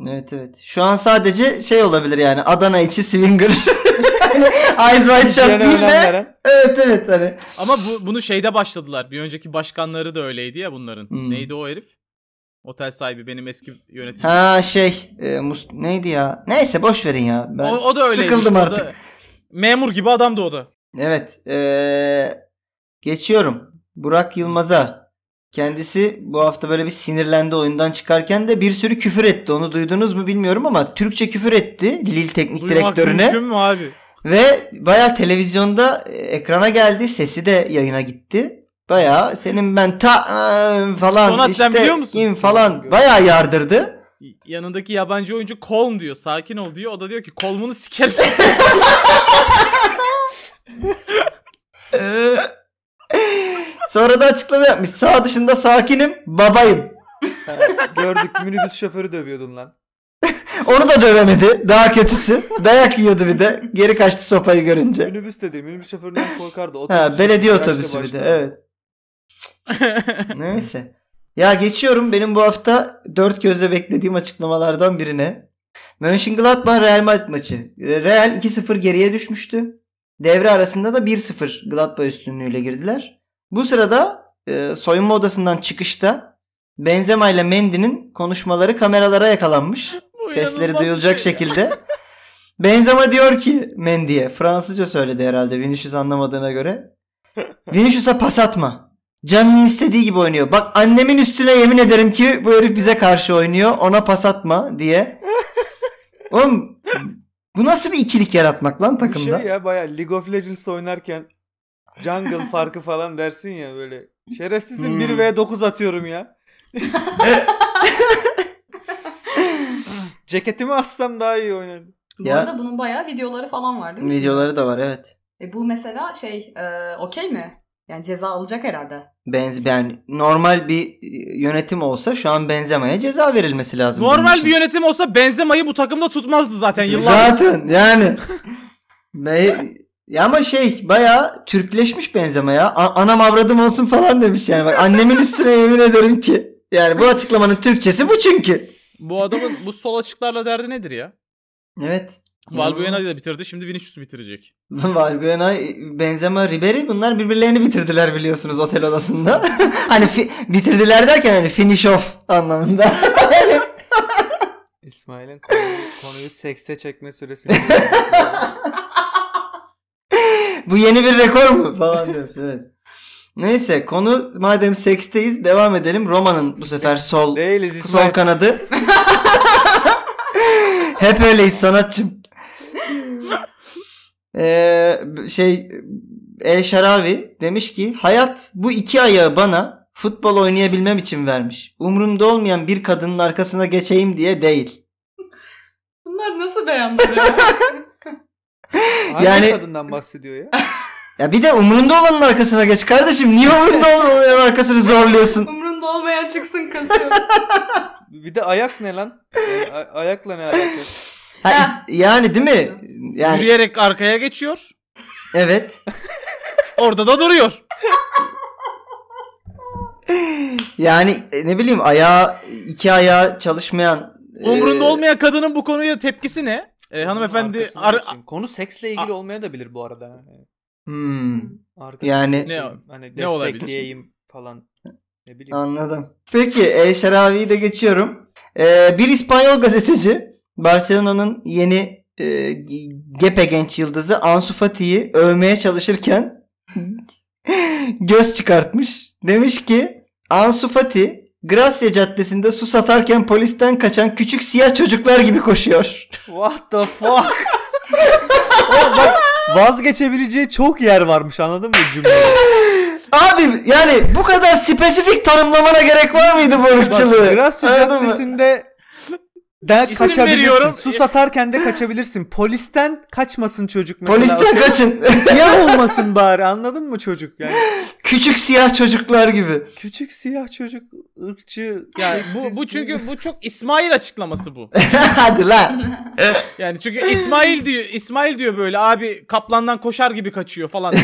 Speaker 1: Evet evet. Şu an sadece şey olabilir yani Adana içi swinger. *laughs* Hani eyes wide shut
Speaker 2: Hijyene
Speaker 1: değil
Speaker 2: önem
Speaker 1: de.
Speaker 2: veren.
Speaker 1: Evet evet hani.
Speaker 4: ama bu, bunu şeyde başladılar. Bir önceki başkanları da öyleydi ya bunların.
Speaker 1: Hmm.
Speaker 4: Neydi o herif? Otel sahibi benim eski yöneticim.
Speaker 1: Ha şey e, mus- neydi ya? Neyse boş verin ya. Ben
Speaker 4: o, o da öyleydi.
Speaker 1: sıkıldım
Speaker 4: O da-
Speaker 1: artık.
Speaker 4: memur gibi adamdı o da.
Speaker 1: Evet. eee, e, geçiyorum. Burak Yılmaz'a. Kendisi bu hafta böyle bir sinirlendi oyundan çıkarken de bir sürü küfür etti. Onu duydunuz mu bilmiyorum ama Türkçe küfür etti Lille teknik
Speaker 4: Duymak
Speaker 1: direktörüne.
Speaker 4: mümkün mü abi?
Speaker 1: Ve baya televizyonda e, ekrana geldi. Sesi de yayına gitti. Baya senin ben ta ıı, falan
Speaker 4: Sonat
Speaker 1: işte
Speaker 4: sen biliyor musun?
Speaker 1: kim falan baya yardırdı.
Speaker 4: Yanındaki yabancı oyuncu Kolm diyor. Sakin ol diyor. O da diyor ki Kolm'unu sikerim. *laughs*
Speaker 1: Ee, Sonra da açıklama yapmış. Sağ dışında sakinim, babayım.
Speaker 2: Ha, Gördük minibüs şoförü dövüyordun lan.
Speaker 1: *laughs* Onu da dövemedi. Daha kötüsü. Dayak yiyordu bir de. Geri kaçtı sopayı görünce.
Speaker 2: Minibüs de değil. Minibüs şoföründen korkardı.
Speaker 1: Ha,
Speaker 2: Otobüs-
Speaker 1: belediye
Speaker 2: yaşlı
Speaker 1: otobüsü bir de.
Speaker 2: başlı.
Speaker 1: Evet. Neyse. Ya geçiyorum benim bu hafta dört gözle beklediğim açıklamalardan birine. Mönchengladbach Real Madrid maçı. Real 2-0 geriye düşmüştü. Devre arasında da 1-0 Gladbach üstünlüğüyle girdiler. Bu sırada e, soyunma odasından çıkışta Benzema ile Mendy'nin konuşmaları kameralara yakalanmış.
Speaker 4: Bu
Speaker 1: Sesleri
Speaker 4: inanılmaz bir
Speaker 1: duyulacak
Speaker 4: şey ya.
Speaker 1: şekilde. *laughs* Benzema diyor ki Mendy'ye Fransızca söyledi herhalde Vinicius
Speaker 4: *laughs*
Speaker 1: anlamadığına göre. Vinicius'a pas atma. Canın istediği gibi oynuyor. Bak annemin üstüne yemin ederim ki bu herif bize karşı oynuyor. Ona pas
Speaker 4: *laughs*
Speaker 1: atma diye. Oğlum bu nasıl bir ikilik yaratmak lan
Speaker 2: Bu
Speaker 1: takımda?
Speaker 2: şey ya baya League of Legends oynarken jungle farkı falan dersin ya böyle. Şerefsizim
Speaker 1: Hmm.
Speaker 2: 1v9
Speaker 1: *laughs*
Speaker 2: atıyorum ya. Ceketimi assam daha iyi oynardım.
Speaker 3: Bu
Speaker 1: Ya.
Speaker 3: arada bunun bayağı videoları falan var değil mi? şimdi?
Speaker 1: Videoları da var evet.
Speaker 3: E, bu mesela şey e, okey mi? Yani ceza alacak herhalde.
Speaker 1: Benz yani normal bir e, yönetim olsa şu an benzemeye ceza verilmesi lazım. bunun
Speaker 4: Normal
Speaker 1: için.
Speaker 4: bir yönetim olsa Benzema'yı bu takımda tutmazdı zaten yıllardır.
Speaker 1: Zaten yani. Be- ya ama şey bayağı Türkleşmiş benzeme ya. A- anam avradım olsun falan demiş yani. Bak annemin üstüne yemin ederim ki. Yani bu açıklamanın Türkçesi bu çünkü.
Speaker 4: Bu adamın bu sol açıklarla derdi nedir ya?
Speaker 1: Evet.
Speaker 4: Valbuena'yı da bitirdi. Şimdi Vinicius'u bitirecek.
Speaker 1: *laughs* Valbuena, Benzema, Ribery bunlar birbirlerini bitirdiler biliyorsunuz otel odasında. *laughs* hani fi- bitirdiler derken hani finish off anlamında. *laughs*
Speaker 2: İsmail'in konuyu, konuyu sekse
Speaker 1: *laughs*
Speaker 2: çekme süresini.
Speaker 1: bu yeni bir rekor mu falan diyoruz evet. Neyse konu madem seksteyiz devam edelim. Roma'nın bu sefer sol
Speaker 2: Değiliz
Speaker 1: Sol
Speaker 2: İsmail.
Speaker 1: kanadı. Hep öyleyiz sanatçım. Ee, şey El Şaravi demiş ki hayat bu iki ayağı bana futbol oynayabilmem için vermiş. Umrumda olmayan bir kadının arkasına geçeyim diye değil.
Speaker 3: Bunlar nasıl beyanlar *laughs* ya?
Speaker 2: Hangi
Speaker 1: Yani-
Speaker 2: kadından bahsediyor ya?
Speaker 1: Ya bir de umrunda olanın arkasına geç kardeşim. Niye umrunda olmayan arkasını zorluyorsun?
Speaker 3: Umrunda olmayan çıksın kasıyor.
Speaker 2: Bir de ayak ne lan? Yani a- ayakla ne alakası?
Speaker 1: Ha, yani değil mi? Yani
Speaker 4: Yürüyerek arkaya geçiyor.
Speaker 1: evet.
Speaker 4: Orada da duruyor.
Speaker 1: Yani e, ne bileyim ayağı iki ayağı çalışmayan e,
Speaker 4: Umrunda olmayan kadının bu konuya tepkisi ne? Ee, hanımefendi
Speaker 2: Arkasına
Speaker 4: ar-
Speaker 2: geçeyim. konu seksle ilgili olmaya da bilir bu arada. Yani
Speaker 1: Hmm,
Speaker 2: arkasına
Speaker 1: Yani-
Speaker 2: geçeyim,
Speaker 4: Ne-
Speaker 2: hani
Speaker 4: ne olabilir?
Speaker 2: destekleyeyim falan. Ne bileyim.
Speaker 1: anladım. Peki El Şaravi'yi de geçiyorum. Ee, bir İspanyol gazeteci Barcelona'nın yeni e, gepe genç yıldızı Ansu Fati'yi övmeye çalışırken *laughs* göz çıkartmış. Demiş ki Ansu Fati Gracia Caddesi'nde su satarken polisten kaçan küçük siyah çocuklar gibi koşuyor. *laughs*
Speaker 2: What the fuck? *laughs* Oğlum bak, vazgeçebileceği çok yer varmış anladın mı cümleyi?
Speaker 1: Abi yani bu kadar spesifik tanımlamana gerek var mıydı bu ırkçılığı?
Speaker 2: Bak Grasya
Speaker 1: Anladın mı? *laughs*
Speaker 2: Caddesi'nde de
Speaker 4: İsim
Speaker 2: kaçabilirsin.
Speaker 4: veriyorum.
Speaker 2: Su satarken de kaçabilirsin. Polisten kaçmasın çocuk mesela.
Speaker 1: Polisten kaçın.
Speaker 2: Siyah olmasın bari anladın mı çocuk? Yani
Speaker 1: *laughs* Küçük siyah çocuklar gibi.
Speaker 2: küçük siyah çocuk ırkçı.
Speaker 4: yani bu,
Speaker 2: seksist,
Speaker 4: bu çünkü bu çok İsmail açıklaması bu.
Speaker 1: Hadi lan.
Speaker 4: Yani çünkü İsmail diyor İsmail diyor böyle abi kaplandan koşar gibi kaçıyor falan.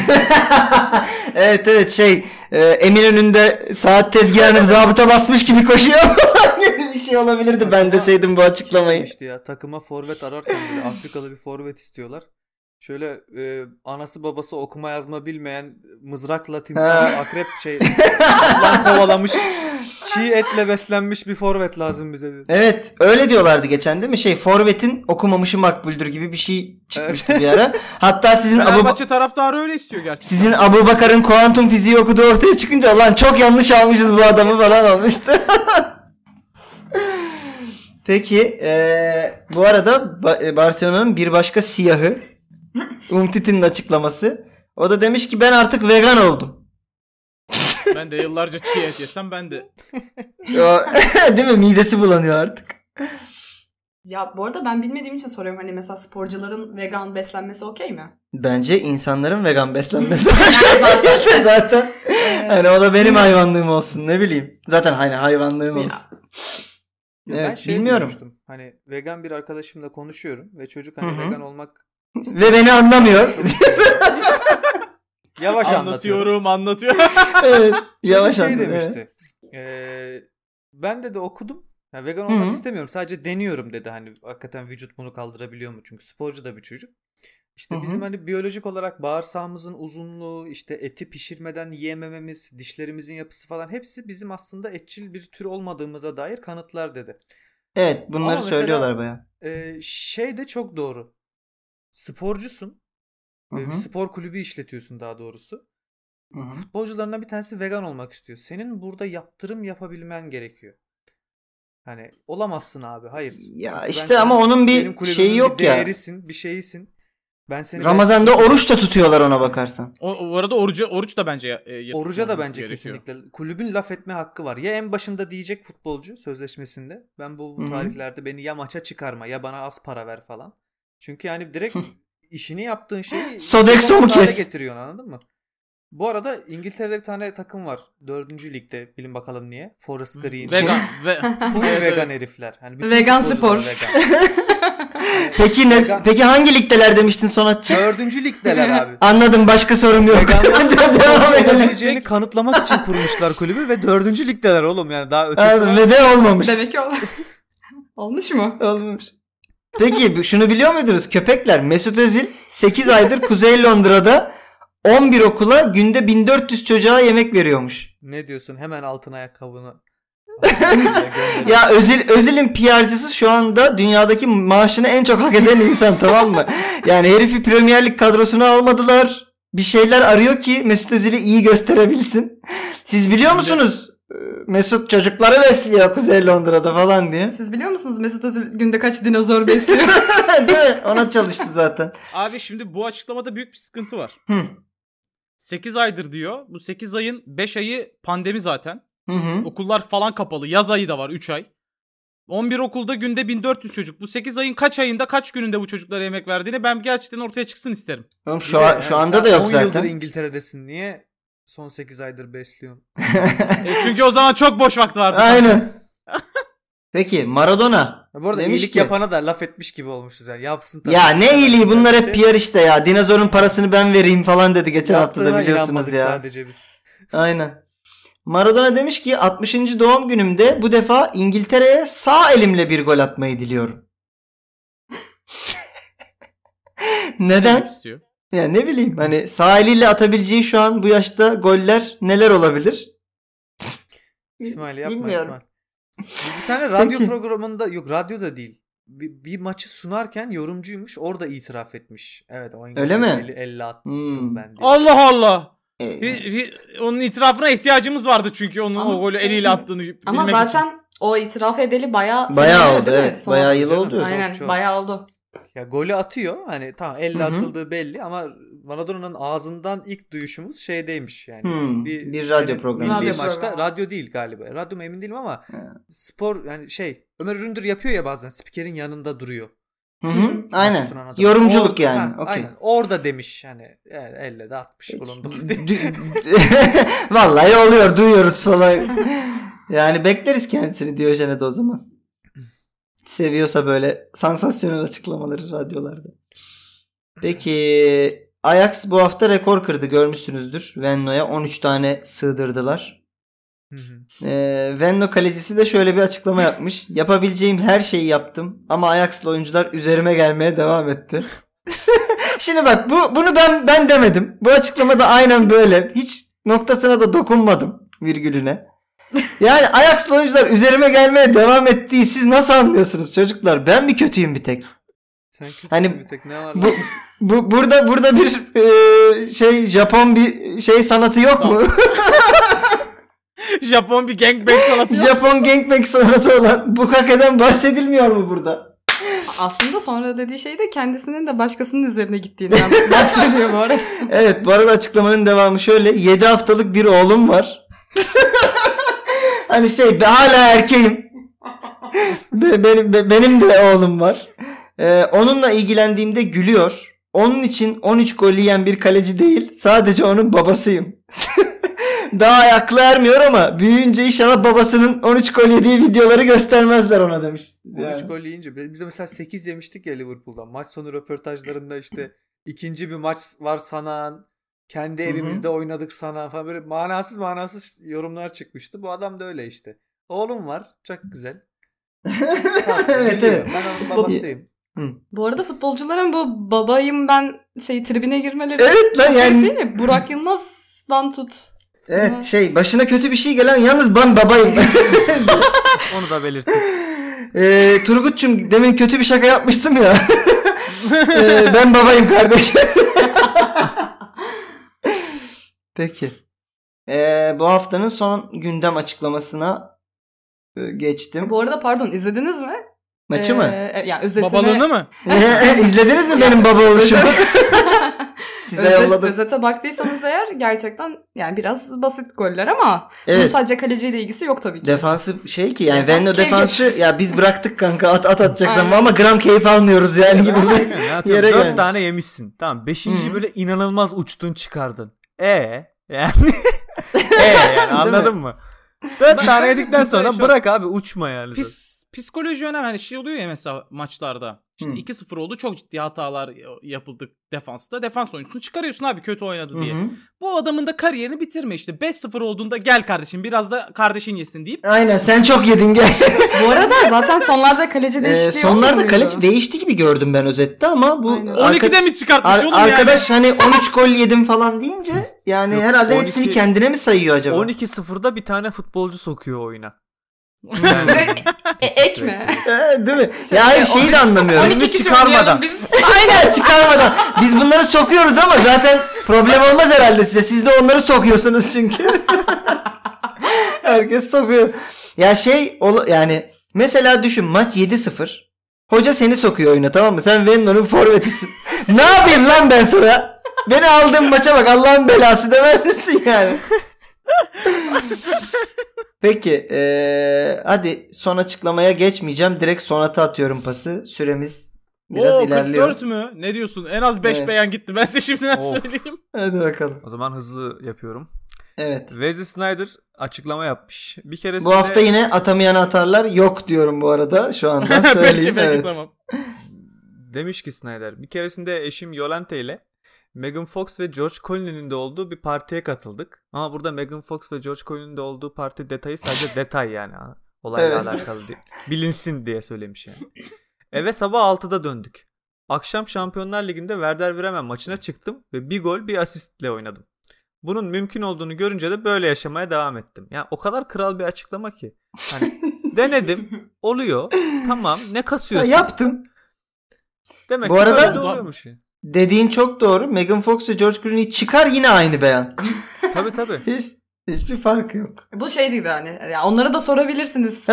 Speaker 1: evet evet şey e, Eminönü'nde saat tezgahını zabıta basmış gibi koşuyor. *laughs* Gibi bir şey olabilirdi ben deseydim bu açıklamayı.
Speaker 2: İşte ya takıma forvet ararken bile Afrikalı bir forvet istiyorlar. Şöyle e, anası babası okuma yazma bilmeyen mızrakla timsah
Speaker 1: Ha. *laughs*
Speaker 2: akrep şey lan kovalamış. Çiğ etle beslenmiş bir forvet lazım bize dedi.
Speaker 1: Evet öyle diyorlardı geçen değil mi? Şey forvetin okumamışı makbuldür gibi bir şey çıkmıştı bir ara. Hatta sizin Abu
Speaker 4: Fenerbahçe taraftarı öyle istiyor gerçekten.
Speaker 1: sizin Abu Bakar'ın kuantum fiziği okuduğu ortaya çıkınca lan çok yanlış almışız bu adamı falan olmuştu. *laughs* Peki eee, bu arada Ba- e, Barcelona'nın bir başka siyahı Umtiti'nin açıklaması. O da demiş ki ben artık vegan oldum.
Speaker 4: ben de yıllarca çiğ et yesem ben de.
Speaker 1: Ya, *laughs* Değil mi? Midesi bulanıyor artık.
Speaker 3: Ya bu arada ben bilmediğim için soruyorum hani mesela sporcuların vegan beslenmesi okey mi?
Speaker 1: Bence insanların vegan beslenmesi
Speaker 3: Yani
Speaker 1: *laughs*
Speaker 3: zaten-
Speaker 1: zaten.
Speaker 3: Ee,
Speaker 1: Hani o da benim hayvanlığım olsun ne bileyim. Zaten hani hayvanlığım
Speaker 3: Ya.
Speaker 1: olsun.
Speaker 2: Ya
Speaker 1: Evet,
Speaker 2: ben şey
Speaker 1: bilmiyorum.
Speaker 2: duymuştum. Hani vegan bir arkadaşımla konuşuyorum ve çocuk hani
Speaker 1: Hı hı.
Speaker 2: vegan olmak
Speaker 1: Ve beni anlamıyor.
Speaker 2: çok
Speaker 1: *laughs*
Speaker 2: istiyor. Yavaş
Speaker 4: anlatıyorum,
Speaker 2: anlatıyorum.
Speaker 4: anlatıyorum.
Speaker 1: evet,
Speaker 2: Çocuk
Speaker 1: yavaş
Speaker 2: şey
Speaker 1: anladım, evet.
Speaker 2: demişti. Ee, ben de de okudum. Ya vegan
Speaker 1: Hı
Speaker 2: olmak
Speaker 1: hı.
Speaker 2: istemiyorum. Sadece deniyorum dedi. Hani hakikaten vücut bunu kaldırabiliyor mu? Çünkü sporcu da bir çocuk. İşte
Speaker 1: Hı hı.
Speaker 2: bizim hani biyolojik olarak bağırsağımızın uzunluğu, işte eti pişirmeden yiyemememiz, dişlerimizin yapısı falan hepsi bizim aslında etçil bir tür olmadığımıza dair kanıtlar dedi.
Speaker 1: Evet bunları
Speaker 2: Ama mesela-
Speaker 1: söylüyorlar baya.
Speaker 2: Ee, şey de çok doğru. Sporcusun.
Speaker 1: Hı
Speaker 2: Ee,
Speaker 1: hı,
Speaker 2: Spor kulübü işletiyorsun daha doğrusu.
Speaker 1: hı hı.
Speaker 2: Futbolcularından bir tanesi vegan olmak istiyor. Senin burada yaptırım yapabilmen gerekiyor. Hani olamazsın abi. Hayır. Çünkü
Speaker 1: Ya
Speaker 2: ben
Speaker 1: işte
Speaker 2: sana-
Speaker 1: ama onun
Speaker 2: benim
Speaker 1: bir
Speaker 2: kulübümün
Speaker 1: şeyi yok
Speaker 2: bir
Speaker 1: ya.
Speaker 2: Değerisin, bir şeyisin. Ben seni
Speaker 1: Ramazan'da
Speaker 2: belki-
Speaker 1: oruç da tutuyorlar ona bakarsan.
Speaker 4: O, o arada oruca, oruç da bence e, yatırım
Speaker 2: Oruca da
Speaker 4: olması
Speaker 2: bence
Speaker 4: gerekiyor.
Speaker 2: kesinlikle kulübün laf etme hakkı var. Ya en başında diyecek futbolcu sözleşmesinde ben bu, bu
Speaker 1: Hı hı.
Speaker 2: tarihlerde beni ya maça çıkarma ya bana az para ver falan. Çünkü yani direkt işini
Speaker 1: *laughs*
Speaker 2: yaptığın şeyi
Speaker 1: Sodexo
Speaker 2: işe
Speaker 1: mu
Speaker 2: yaramaz hale
Speaker 1: kes?
Speaker 2: getiriyorsun anladın mı? Bu arada İngiltere'de bir tane takım var. Dördüncü ligde bilin bakalım niye. Forest Green.
Speaker 4: Vegan. ve...
Speaker 2: Full
Speaker 4: Evet, evet.
Speaker 2: vegan herifler. Hani
Speaker 3: Vegan
Speaker 2: futbolcular
Speaker 3: spor.
Speaker 2: vegan.
Speaker 1: Peki ne?
Speaker 2: Vegan-
Speaker 1: Peki hangi ligdeler demiştin Sonatçı?
Speaker 2: Dördüncü ligdeler
Speaker 3: *laughs*
Speaker 2: abi.
Speaker 1: Anladım başka sorum yok. *laughs*
Speaker 2: Veganlığın
Speaker 1: Devam
Speaker 2: sporcu
Speaker 1: edelim.
Speaker 2: olabileceğini kanıtlamak için kurmuşlar kulübü ve dördüncü ligdeler oğlum yani daha ötesi
Speaker 1: Anladım, Ve de olmamış.
Speaker 3: Demek ki ol- *laughs* olmuş mu?
Speaker 1: Olmuş. Peki bu- şunu biliyor muydunuz? Köpekler Mesut Özil 8 aydır Kuzey Londra'da 11 okula günde 1400 çocuğa yemek veriyormuş.
Speaker 2: Ne diyorsun hemen altın ayakkabını.
Speaker 1: Ya Özil Özil'in PR'cısı şu anda dünyadaki maaşını en çok hak eden insan tamam *laughs* mı? Yani herifi Premier Lig kadrosuna almadılar. Bir şeyler arıyor ki Mesut Özil'i iyi gösterebilsin. Siz biliyor musunuz? Ee, Mesut çocukları besliyor Kuzey Londra'da falan diye. *laughs*
Speaker 3: Siz biliyor musunuz Mesut Özil günde kaç dinozor besliyor?
Speaker 1: Değil mi? Ona çalıştı zaten.
Speaker 4: Abi şimdi bu açıklamada büyük bir sıkıntı var.
Speaker 1: Hı.
Speaker 4: 8 aydır diyor. Bu 8 ayın 5 ayı pandemi zaten.
Speaker 1: Hı hı.
Speaker 4: Okullar falan kapalı. Yaz ayı da var 3 ay. 11 okulda günde 1400 çocuk. Bu 8 ayın kaç ayında kaç gününde bu çocuklara yemek verdiğini ben gerçekten ortaya çıksın isterim.
Speaker 1: Oğlum şu, an- şu anda da yok
Speaker 2: yıldır
Speaker 1: zaten.
Speaker 2: İngiltere'desin niye son 8 aydır besliyorsun?
Speaker 4: E çünkü o zaman çok boş vakti vardı.
Speaker 2: *laughs*
Speaker 1: Aynen. Peki Maradona.
Speaker 2: Ya bu arada
Speaker 1: Demiş
Speaker 2: iyilik
Speaker 1: ki-
Speaker 2: yapana da laf etmiş gibi olmuşuz yani yapsın tabii.
Speaker 1: Ya ne iyiliği bunlar hep
Speaker 2: Bir şey?
Speaker 1: PR işte ya. Dinozorun parasını ben vereyim falan dedi geçen hafta da
Speaker 2: yaptığına
Speaker 1: biliyorsunuz
Speaker 2: inanmadık
Speaker 1: ya.
Speaker 2: Sadece biz.
Speaker 1: Aynen. Maradona demiş ki 60. doğum günümde bu defa İngiltere'ye sağ elimle bir gol atmayı diliyorum. *laughs*
Speaker 4: Demek
Speaker 1: Neden?
Speaker 4: istiyor.
Speaker 1: Ya ne bileyim hani sağ eliyle atabileceği şu an bu yaşta goller neler olabilir?
Speaker 2: İsmail yapma
Speaker 1: Bilmiyorum.
Speaker 2: İsmail. Bir- Bir tane radyo
Speaker 1: Peki.
Speaker 2: programında yok radyo da değil. Bir, bir maçı sunarken yorumcuymuş orada itiraf etmiş. Evet o
Speaker 1: Öyle mi?
Speaker 2: 50, 50 attım
Speaker 1: Hmm.
Speaker 2: ben diye.
Speaker 4: Allah Allah.
Speaker 1: Ee,
Speaker 4: Hi- hi- onun itirafına ihtiyacımız vardı çünkü onun
Speaker 3: Ama-
Speaker 4: o golü eliyle attığını bilmek
Speaker 3: *laughs* Ama
Speaker 4: için.
Speaker 3: zaten o itiraf edeli bayağı
Speaker 1: Bayağı
Speaker 3: seneler
Speaker 1: oldu,
Speaker 3: değil mi?
Speaker 1: evet.
Speaker 3: Son
Speaker 1: Bayağı
Speaker 3: altı-
Speaker 1: yıl
Speaker 2: canım.
Speaker 1: oldu.
Speaker 3: Aynen
Speaker 2: Çok, çok.
Speaker 3: bayağı oldu.
Speaker 2: Ya golü atıyor hani tamam elle
Speaker 1: Hı hı.
Speaker 2: atıldığı belli ama Maradona'nın ağzından ilk duyuşumuz şeydeymiş yani.
Speaker 1: Hmm, bir radyo programı.
Speaker 2: milli
Speaker 3: Radyo
Speaker 2: maçta
Speaker 3: programı.
Speaker 2: radyo değil galiba. Radyo mu emin değilim ama
Speaker 1: He.
Speaker 2: spor yani şey Ömer Üründür yapıyor ya bazen spikerin yanında duruyor.
Speaker 1: Hı hı. Aynen.
Speaker 2: Maçı sunan adam.
Speaker 1: Yorumculuk
Speaker 2: Orada-
Speaker 1: yani.
Speaker 2: ha,
Speaker 1: Okey.
Speaker 2: Aynen. Orada demiş yani, yani elle de atmış bulunduk diye.
Speaker 1: Dü- *laughs* Vallahi oluyor duyuyoruz falan. Yani bekleriz kendisini Diyojen'e de o zaman. Seviyorsa böyle sansasyonel açıklamaları radyolarda. Peki Ajax bu hafta rekor kırdı görmüşsünüzdür. Venlo'ya 13 tane sığdırdılar.
Speaker 2: *laughs* Hı hı.
Speaker 1: Ee, Venlo kalecisi de şöyle bir açıklama yapmış. Yapabileceğim her şeyi yaptım ama Ajax'lı oyuncular üzerime gelmeye devam etti. *laughs* Şimdi bak bu bunu ben ben demedim. Bu açıklamada aynen böyle. Hiç noktasına da dokunmadım virgülüne. Yani Ajax'lı oyuncular üzerime gelmeye devam ettiği siz nasıl anlıyorsunuz çocuklar? Ben mi kötüyüm bir tek?
Speaker 2: Sen kötüsün
Speaker 1: Hani
Speaker 2: bir tek ne var
Speaker 1: Bu,
Speaker 2: lan?
Speaker 1: bu burada burada bir e, şey Japon bir şey sanatı yok mu?
Speaker 4: *laughs* Japon bir gangbang sanatı *laughs* yok.
Speaker 1: *laughs* Japon gangbang sanatı olan bukakeden bahsedilmiyor mu burada?
Speaker 3: Aslında sonra dediği şey de kendisinin de başkasının üzerine gittiğinden *laughs* bahsediyor bu arada.
Speaker 1: Evet bu arada açıklamanın devamı şöyle. 7 haftalık bir oğlum var. hani şey ben hala erkeğim. Be- benim, be- benim de oğlum var. Ee, onunla ilgilendiğimde gülüyor. Onun için 13 gol yiyen bir kaleci değil. Sadece onun babasıyım. *laughs* Daha ayaklı ermiyor ama büyüyünce inşallah babasının 13 gol yediği videoları göstermezler ona demiş. Yani.
Speaker 2: 13 gol yiyince biz de mesela 8 yemiştik ya Liverpool'dan. Maç sonu
Speaker 5: *laughs*
Speaker 2: röportajlarında işte ikinci bir maç var sanan, kendi
Speaker 1: Hı hı.
Speaker 2: evimizde oynadık sanan falan böyle manasız manasız yorumlar çıkmıştı. Bu adam da öyle işte. Oğlum var, çok
Speaker 5: *laughs*
Speaker 2: güzel. Tatlı,
Speaker 1: Evet,
Speaker 2: gülüyor.
Speaker 1: evet.
Speaker 2: Ben onun
Speaker 5: *laughs*
Speaker 2: babasıyım.
Speaker 3: Bu arada futbolcuların bu babayım ben şey tribine girmeleri
Speaker 1: Evet lan yani.
Speaker 3: değil mi? Burak Yılmaz'dan tut.
Speaker 1: Evet
Speaker 3: Hı.
Speaker 1: şey başına kötü bir şey gelen yalnız ben babayım.
Speaker 4: Onu da belirttim.
Speaker 1: Ee, Turgut'cum demin kötü bir şaka yapmıştım ya. Ee, ben babayım kardeşim. *laughs* Peki. Ee, bu haftanın son gündem açıklamasına e, geçtim.
Speaker 3: Bu arada pardon izlediniz mi?
Speaker 1: Maçı
Speaker 3: Ee,
Speaker 1: mı?
Speaker 3: e, yani özetine...
Speaker 4: Babalığını mı?
Speaker 3: e,
Speaker 1: Ee, *laughs* İzlediniz mi
Speaker 3: Ya,
Speaker 1: benim baba oluşumu? *laughs*
Speaker 3: *laughs*
Speaker 1: Size
Speaker 3: Özet,
Speaker 1: yolladım.
Speaker 3: özete baktıysanız eğer gerçekten yani biraz basit goller ama bunun
Speaker 1: Evet.
Speaker 3: sadece kaleciyle ilgisi yok tabii ki.
Speaker 1: Defansı şey ki yani
Speaker 3: Defans
Speaker 1: Venno
Speaker 3: keyif
Speaker 1: defansı ya biz bıraktık kanka at at atacaksan
Speaker 3: Aynen.
Speaker 1: ama gram keyif almıyoruz yani gibi. bir-
Speaker 5: Aynen, ya, atıyorum,
Speaker 1: Yere
Speaker 5: dört
Speaker 1: gelmiş.
Speaker 5: tane yemişsin. Tamam. Beşinci
Speaker 1: Hı.
Speaker 5: böyle inanılmaz uçtun çıkardın. E
Speaker 2: *laughs*
Speaker 5: yani. *laughs* e yani anladın mı? Dört tane
Speaker 2: *laughs*
Speaker 5: yedikten sonra
Speaker 4: Şu-
Speaker 5: bırak abi uçma yani.
Speaker 4: Pis, psikoloji önemli. Hani şey oluyor ya mesela maçlarda. İşte
Speaker 1: Hı.
Speaker 4: 2-0 oldu çok ciddi hatalar yapıldı defansta. Defans oyuncusunu çıkarıyorsun abi kötü oynadı diye.
Speaker 1: Hı hı.
Speaker 4: Bu adamın da kariyerini bitirme işte. 5-0 olduğunda gel kardeşim biraz da kardeşin yesin deyip.
Speaker 1: Aynen sen çok yedin gel.
Speaker 3: Bu arada zaten sonlarda kaleci
Speaker 1: Ee,
Speaker 3: değişikliği
Speaker 1: sonlarda
Speaker 3: olmuyor
Speaker 1: kaleci
Speaker 3: muydu?
Speaker 1: değişti gibi gördüm ben özette ama bu
Speaker 3: Aynen.
Speaker 1: arka-
Speaker 4: 12'de mi çıkartmış
Speaker 1: ar-
Speaker 4: oğlum
Speaker 1: arkadaş hani 13 gol yedim falan deyince yani
Speaker 5: Yok,
Speaker 1: herhalde
Speaker 5: 12
Speaker 1: hepsini kendine mi sayıyor acaba?
Speaker 5: 12-0'da bir tane futbolcu sokuyor oyuna.
Speaker 4: *laughs* yani?
Speaker 3: E, ek mi?
Speaker 1: Ee, değil mi?
Speaker 3: Sen-
Speaker 1: Ya hayır
Speaker 3: sen
Speaker 1: şeyi de anlamıyorum.
Speaker 3: 12 kişi
Speaker 5: çıkarmadan.
Speaker 3: oynayalım biz.
Speaker 1: *laughs* Aynen çıkarmadan. Biz bunları sokuyoruz ama zaten problem olmaz herhalde size. Siz de onları sokuyorsunuz çünkü. Herkes sokuyor. Ya şey ol- yani mesela düşün maç 7-0. Hoca seni sokuyor oyuna tamam mı? Sen
Speaker 4: *laughs*
Speaker 1: Venno'nun forvetisin. ne yapayım lan ben sana? Beni aldığın maça bak Allah'ın belası demez misin
Speaker 4: *laughs*
Speaker 1: yani? Peki eee, hadi son açıklamaya geçmeyeceğim. Direkt sonata atıyorum pası. Süremiz *laughs* biraz
Speaker 4: Oo,
Speaker 1: ilerliyor.
Speaker 4: 44 mü? Ne diyorsun? En az 5
Speaker 1: Evet.
Speaker 4: beğen gitti. Ben size şimdiden
Speaker 5: Of.
Speaker 4: söyleyeyim.
Speaker 1: Hadi bakalım.
Speaker 5: O zaman hızlı yapıyorum.
Speaker 1: Evet.
Speaker 5: Wesley Snyder açıklama yapmış. Bir keresinde
Speaker 1: Bu hafta yine atamayan atarlar yok diyorum bu arada şu anda söyleyeyim.
Speaker 4: *laughs* belki belki
Speaker 1: evet.
Speaker 4: tamam.
Speaker 5: demiş ki Snyder. Bir keresinde eşim Yolante ile Megan Fox ve George Clooney'nin de olduğu bir partiye katıldık. Ama burada Megan Fox ve George Clooney'nin de olduğu parti detayı sadece detay yani. Olayla
Speaker 1: Evet.
Speaker 5: alakalı değil. Bilinsin diye söylemiş yani. Eve sabah 6'da döndük. Akşam Şampiyonlar Ligi'nde Werder Bremen maçına çıktım ve bir gol bir asistle oynadım. Bunun mümkün olduğunu görünce de böyle yaşamaya devam ettim. Yani o kadar kral bir açıklama ki. Hani denedim, oluyor. Tamam, ne
Speaker 1: Ha,
Speaker 5: kasıyorsun?
Speaker 1: yaptım.
Speaker 5: Demek
Speaker 1: Bu
Speaker 5: ki
Speaker 1: arada-
Speaker 5: böyle de oluyormuş. yani.
Speaker 1: Dediğin çok doğru. Megan Fox ve George Clooney çıkar yine aynı beyan.
Speaker 5: tabii tabii.
Speaker 1: *laughs* Hiç hiçbir farkı yok.
Speaker 3: Bu şey gibi hani. Ya onlara da sorabilirsiniz.
Speaker 1: He.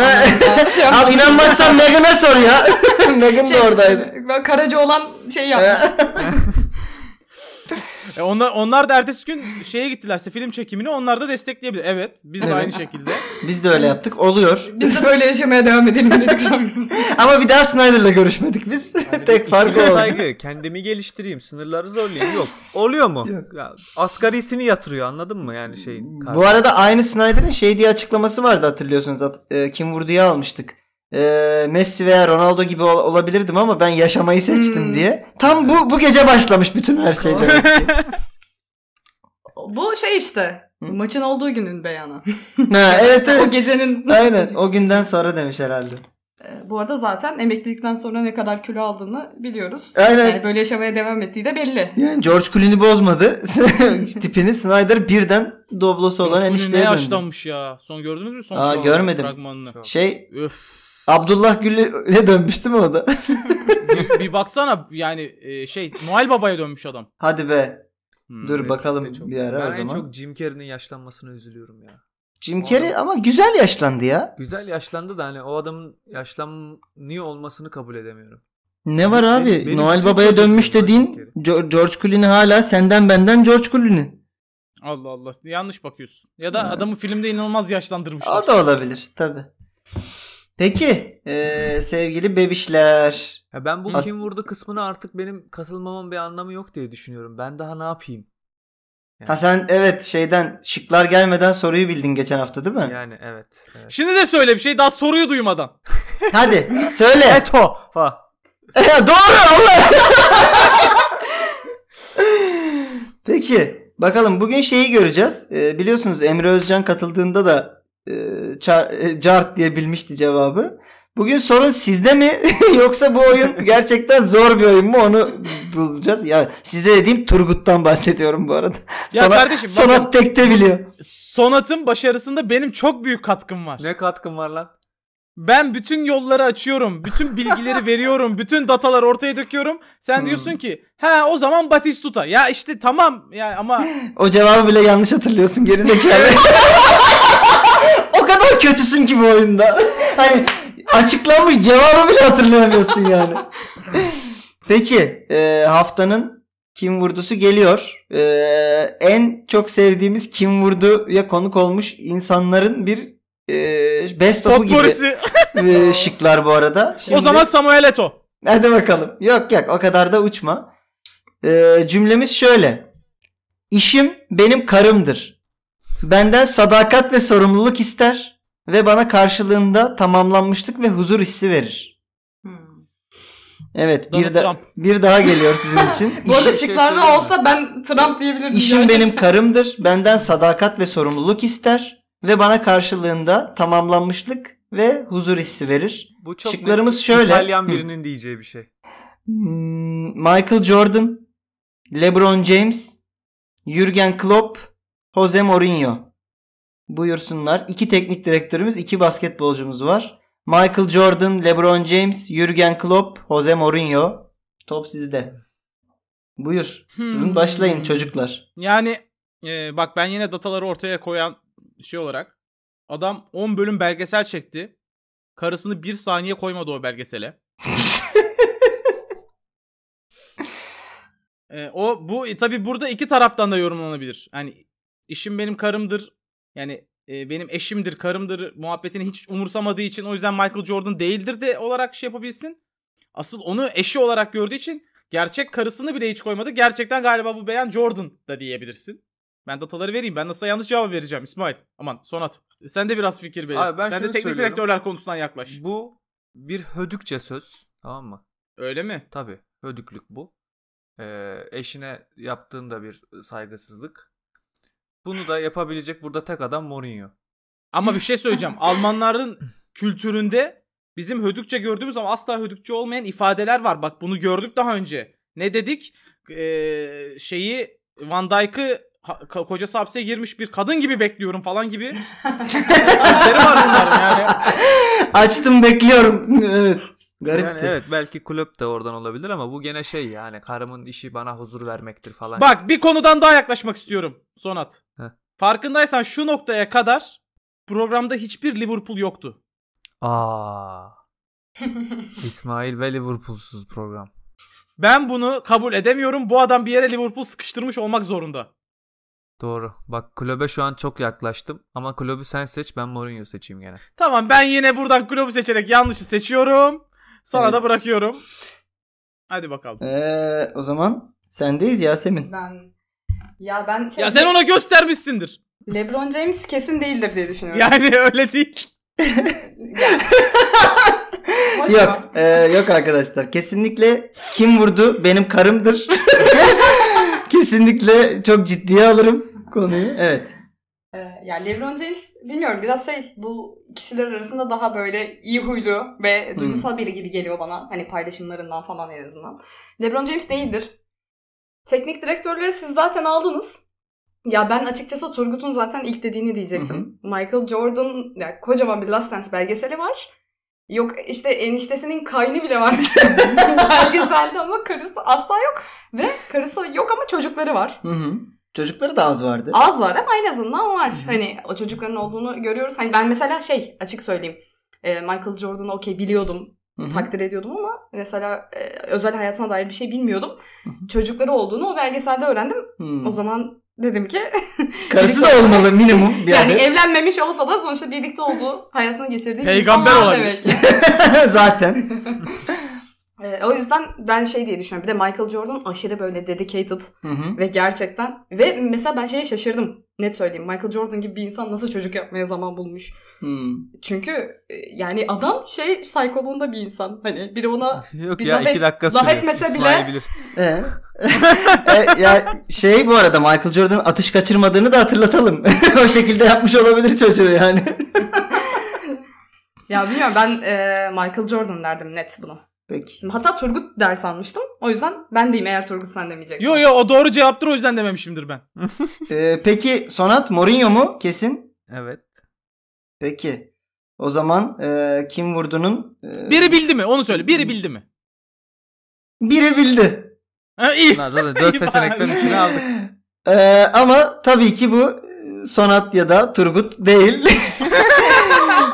Speaker 1: *laughs*
Speaker 3: Anlamında şey yapmış.
Speaker 1: Al inanmazsan Megan'a sor ya. *laughs* Megan
Speaker 3: Şey,
Speaker 1: da oradaydı.
Speaker 3: Böyle karaca olan şey yapmış.
Speaker 4: E onlar, onlar da ertesi gün şeye gittilerse film çekimini onlar da destekleyebilir. Evet. Biz
Speaker 1: Evet.
Speaker 4: de aynı şekilde.
Speaker 1: Biz de öyle yaptık. *laughs* Oluyor.
Speaker 3: Biz de böyle yaşamaya devam edelim dedik sonra.
Speaker 1: *laughs* Ama bir daha Snyder'la görüşmedik biz. *laughs* Tek *laughs* farkı
Speaker 5: İşime
Speaker 1: o.
Speaker 5: saygı, kendimi geliştireyim, sınırları zorlayayım. Yok. Oluyor mu?
Speaker 1: Yok.
Speaker 5: Ya, asgarisini yatırıyor anladın mı yani şeyin.
Speaker 1: Bu arada aynı Snyder'ın şey diye açıklaması vardı hatırlıyorsunuz. At- e, kim vurduya almıştık. E, Messi veya Ronaldo gibi ol- olabilirdim ama ben yaşamayı seçtim
Speaker 3: Hmm.
Speaker 1: diye. Tam bu bu gece başlamış bütün her şey *laughs* demek ki.
Speaker 3: Bu şey işte.
Speaker 1: Hı?
Speaker 3: Maçın olduğu günün beyanı.
Speaker 1: ha, evet
Speaker 3: o
Speaker 1: evet.
Speaker 3: gecenin.
Speaker 1: Aynen o günden sonra demiş herhalde.
Speaker 3: Ee, Bu arada zaten emeklilikten sonra ne kadar kilo aldığını biliyoruz.
Speaker 1: Aynen.
Speaker 3: Yani böyle yaşamaya devam ettiği de belli.
Speaker 1: Yani George
Speaker 5: *laughs*
Speaker 1: Clooney bozmadı *laughs* tipini. Snyder birden doblosu olan
Speaker 4: George Clooney
Speaker 1: enişteye
Speaker 4: ne
Speaker 1: döndü.
Speaker 4: yaşlanmış ya. Son gördünüz mü son
Speaker 1: Aa,
Speaker 4: şu
Speaker 1: görmedim.
Speaker 4: fragmanını?
Speaker 5: Çok.
Speaker 1: Şey
Speaker 4: Öf.
Speaker 1: Abdullah Gül'e *laughs* dönmüş değil mi o da?
Speaker 4: bir, bir baksana yani e, şey Noel Baba'ya dönmüş adam.
Speaker 1: Hadi be.
Speaker 4: Hmm.
Speaker 1: Dur
Speaker 5: Evet,
Speaker 1: bakalım
Speaker 5: de çok-
Speaker 1: bir ara
Speaker 5: ben
Speaker 1: o
Speaker 5: en
Speaker 1: zaman.
Speaker 5: çok Jim Carrey'nin yaşlanmasına üzülüyorum ya.
Speaker 1: Jim Carrey ama güzel yaşlandı ya.
Speaker 5: Güzel yaşlandı da hani o adamın yaşlanıyor olmasını kabul edemiyorum.
Speaker 1: Ne var
Speaker 5: Benim-
Speaker 1: abi?
Speaker 5: benim
Speaker 1: Noel
Speaker 5: bütün
Speaker 1: Baba'ya
Speaker 5: çocukluğum
Speaker 1: dönmüş
Speaker 5: var
Speaker 1: dediğin
Speaker 5: Jim Carrey.
Speaker 1: Jo- George Clooney hala senden benden George Clooney.
Speaker 4: Allah Allah yanlış bakıyorsun. Ya da
Speaker 1: Ha.
Speaker 4: adamı filmde inanılmaz
Speaker 5: Şey-
Speaker 4: yaşlandırmışlar.
Speaker 1: O da olabilir tabi. Peki eee, sevgili bebişler.
Speaker 5: Ya ben bu
Speaker 1: At-
Speaker 5: kim vurdu kısmına artık benim katılmamın bir anlamı yok diye düşünüyorum. Ben daha ne yapayım?
Speaker 1: Ha sen evet şeyden şıklar gelmeden soruyu bildin geçen hafta değil mi?
Speaker 5: Yani evet. evet.
Speaker 4: Şimdi de söyle bir şey daha soruyu duymadan.
Speaker 1: Hadi söyle.
Speaker 5: *laughs* Eto. Ha.
Speaker 1: *laughs* Doğru Allah. Peki bakalım bugün şeyi göreceğiz. Ee, biliyorsunuz Emre Özcan katıldığında da e, çar- e, cart diye bilmişti cevabı. Bugün sorun sizde mi *laughs* yoksa bu oyun gerçekten zor bir oyun mu onu bulacağız. Ya sizde dediğim Turgut'tan bahsediyorum bu arada.
Speaker 4: Ya
Speaker 1: Sonat-
Speaker 4: kardeşim, bakın-
Speaker 1: Sonat tekte biliyor.
Speaker 4: Sonat'ın başarısında benim çok büyük katkım var.
Speaker 5: Ne katkın var lan?
Speaker 4: Ben bütün yolları açıyorum. Bütün
Speaker 1: *laughs*
Speaker 4: bilgileri veriyorum. Bütün dataları ortaya döküyorum. Sen diyorsun ki ha o zaman Batistuta. Ya işte tamam ya ama
Speaker 1: O cevabı bile yanlış
Speaker 4: *laughs*
Speaker 1: hatırlıyorsun gerizekalı. o kadar kötüsün ki bu oyunda. Hani açıklanmış cevabı bile hatırlayamıyorsun yani. Peki e, haftanın kim vurdusu geliyor. E, en çok sevdiğimiz kim vurduya konuk olmuş insanların bir e, best of'u
Speaker 4: top
Speaker 1: gibi
Speaker 4: polisi.
Speaker 1: e, şıklar bu arada.
Speaker 4: O
Speaker 1: Şimdi-
Speaker 4: zaman Samuel Eto.
Speaker 1: Hadi bakalım. Yok yok o kadar da uçma. Ee, cümlemiz şöyle. İşim benim karımdır. Benden sadakat ve sorumluluk ister ve bana karşılığında tamamlanmışlık ve huzur hissi verir.
Speaker 3: Hmm.
Speaker 1: Evet
Speaker 4: Donald
Speaker 1: bir, da,
Speaker 4: Trump.
Speaker 1: bir daha geliyor sizin için.
Speaker 3: *laughs* Bu arada
Speaker 1: İşim-
Speaker 3: şıklarda
Speaker 5: söyleyeyim mi?
Speaker 3: olsa ben Trump diyebilirdim.
Speaker 1: İşim
Speaker 3: gerçekten.
Speaker 1: benim karımdır. Benden sadakat ve sorumluluk ister ve bana karşılığında tamamlanmışlık ve huzur hissi verir.
Speaker 5: Bu çok
Speaker 1: Şıklarımız
Speaker 5: net
Speaker 1: şöyle.
Speaker 5: İtalyan
Speaker 1: Hı.
Speaker 5: birinin diyeceği bir şey.
Speaker 1: Hmm, Michael Jordan, LeBron James, Jürgen Klopp, Jose Mourinho. Buyursunlar. İki teknik direktörümüz, iki basketbolcumuz var. Michael Jordan, LeBron James, Jürgen Klopp, Jose Mourinho. Top sizde. Buyur. Buyurun
Speaker 4: Hmm.
Speaker 1: başlayın çocuklar.
Speaker 4: Yani e, bak ben yine dataları ortaya koyan şey olarak adam 10 bölüm belgesel çekti. Karısını bir saniye koymadı o belgesele. E, o bu e, tabi burada iki taraftan da yorumlanabilir. Yani işim benim karımdır. Yani e, benim eşimdir, karımdır muhabbetini hiç umursamadığı için o yüzden Michael Jordan değildir de olarak şey yapabilsin. Asıl onu eşi olarak gördüğü için gerçek karısını bile hiç koymadı. Gerçekten galiba bu beyan Jordan da diyebilirsin. Ben dataları vereyim. Ben nasıl yanlış cevap vereceğim İsmail. Aman Sonat. Sen de biraz fikir belirt.
Speaker 5: Abi ben
Speaker 4: Sen de
Speaker 5: şunu
Speaker 4: teknik
Speaker 5: söylüyorum.
Speaker 4: direktörler konusundan yaklaş.
Speaker 5: Bu bir hödükçe söz. Tamam mı?
Speaker 4: Öyle mi?
Speaker 5: Tabii hödüklük bu. Ee, eşine yaptığın da bir saygısızlık. Bunu da yapabilecek burada tek adam Mourinho.
Speaker 4: Ama bir şey söyleyeceğim. Almanların kültüründe bizim hödükçe gördüğümüz ama asla hödükçe olmayan ifadeler var. Bak bunu gördük daha önce. Ne dedik? Ee, şeyi Van Dijk'ı ha- ko- kocası hapse girmiş bir kadın gibi bekliyorum falan gibi. Sözleri var bunların yani.
Speaker 1: *laughs* Açtım bekliyorum. *laughs* Evet. Garipti.
Speaker 5: Yani evet belki kulüp de oradan olabilir ama bu gene şey yani karımın işi bana huzur vermektir falan.
Speaker 4: Bak bir konudan daha yaklaşmak istiyorum Sonat.
Speaker 5: Heh.
Speaker 4: Farkındaysan şu noktaya kadar programda hiçbir Liverpool yoktu.
Speaker 5: Aa. İsmail ve Liverpool'suz program.
Speaker 4: Ben bunu kabul edemiyorum. Bu adam bir yere Liverpool sıkıştırmış olmak zorunda.
Speaker 5: Doğru. Bak kulübe şu an çok yaklaştım ama kulübü sen seç ben Mourinho seçeyim gene.
Speaker 4: Tamam ben yine buradan kulübü seçerek yanlışı seçiyorum. Sana
Speaker 1: Evet.
Speaker 4: da bırakıyorum. Hadi bakalım.
Speaker 1: Ee, o zaman sendeyiz Yasemin.
Speaker 3: *laughs* Ben... Ya ben şey-
Speaker 4: Ya sen ona göstermişsindir.
Speaker 3: LeBron James kesin değildir diye düşünüyorum.
Speaker 4: Yani *laughs* öyle değil.
Speaker 3: Boş ver.
Speaker 1: Yok, e, yok arkadaşlar. Kesinlikle kim vurdu benim
Speaker 3: *laughs*
Speaker 1: karımdır. Kesinlikle çok ciddiye alırım konuyu. Evet.
Speaker 3: Ee, ya LeBron James bilmiyorum biraz şey bu kişiler arasında daha böyle iyi huylu ve duygusal biri gibi geliyor bana. Hani paylaşımlarından falan en azından. LeBron James değildir. Teknik direktörleri siz zaten aldınız. Ya ben açıkçası Turgut'un zaten ilk dediğini diyecektim. Michael Jordan ya kocaman bir Last Dance belgeseli var. Yok işte eniştesinin kaynı bile var belgeselde ama karısı asla yok. Ve karısı yok ama çocukları var.
Speaker 1: Hı hı. Çocukları da az vardı.
Speaker 3: Az var ama en azından var. Hani o çocukların olduğunu görüyoruz. Hani ben mesela şey açık söyleyeyim. Ee, Michael Jordan'ı okey biliyordum.
Speaker 1: Hı hı.
Speaker 3: Takdir ediyordum ama mesela e, özel hayatına dair bir şey bilmiyordum. Çocukları olduğunu o belgeselde öğrendim.
Speaker 1: Hı.
Speaker 3: O zaman dedim ki *laughs*
Speaker 1: Karısı da olmalı minimum bir
Speaker 3: yani
Speaker 1: yerde.
Speaker 3: evlenmemiş olsa da sonuçta birlikte olduğu hayatını geçirdiği bir insan
Speaker 4: Peygamber
Speaker 3: var
Speaker 4: olabilir.
Speaker 3: demek ki. *laughs*
Speaker 1: *laughs* Zaten.
Speaker 3: Ee, o yüzden ben şey diye düşünüyorum. Bir de Michael Jordan aşırı böyle dedicated
Speaker 1: Hı hı.
Speaker 3: ve gerçekten ve mesela ben şeye şaşırdım. Net söyleyeyim. Michael Jordan gibi bir insan nasıl çocuk yapmaya zaman bulmuş?
Speaker 1: Hı.
Speaker 3: Çünkü e, yani adam şey psikoloğunda bir insan. Hani biri ona
Speaker 5: Yok
Speaker 3: Bir
Speaker 5: ya
Speaker 3: laf et-
Speaker 5: iki dakika
Speaker 3: laf
Speaker 5: sürüyor.
Speaker 3: etmese
Speaker 5: İsmail
Speaker 3: bile-
Speaker 5: bilir.
Speaker 1: Ee? *laughs* E, ya şey bu arada Michael Jordan atış kaçırmadığını da hatırlatalım. *laughs* o şekilde yapmış olabilir çocuğu yani.
Speaker 3: ya bilmiyorum ben e, Michael Jordan derdim net bunu.
Speaker 1: Peki.
Speaker 3: Hatta Turgut ders almıştım. O yüzden ben deyim eğer Turgut sen demeyeceksen.
Speaker 4: Yo yo o doğru cevaptır o yüzden dememişimdir ben.
Speaker 1: E, peki Sonat Mourinho mu? Kesin.
Speaker 5: Evet.
Speaker 1: Peki. O zaman e, kim vurdunun? e,
Speaker 4: Biri bildi mi? Onu söyle. Biri bildi mi?
Speaker 1: biri bildi.
Speaker 4: Ha, iyi.
Speaker 5: Lan zaten dört seçenekten üçünü aldık.
Speaker 1: Ee, ama tabii ki bu e, Sonat ya da Turgut değil. *laughs*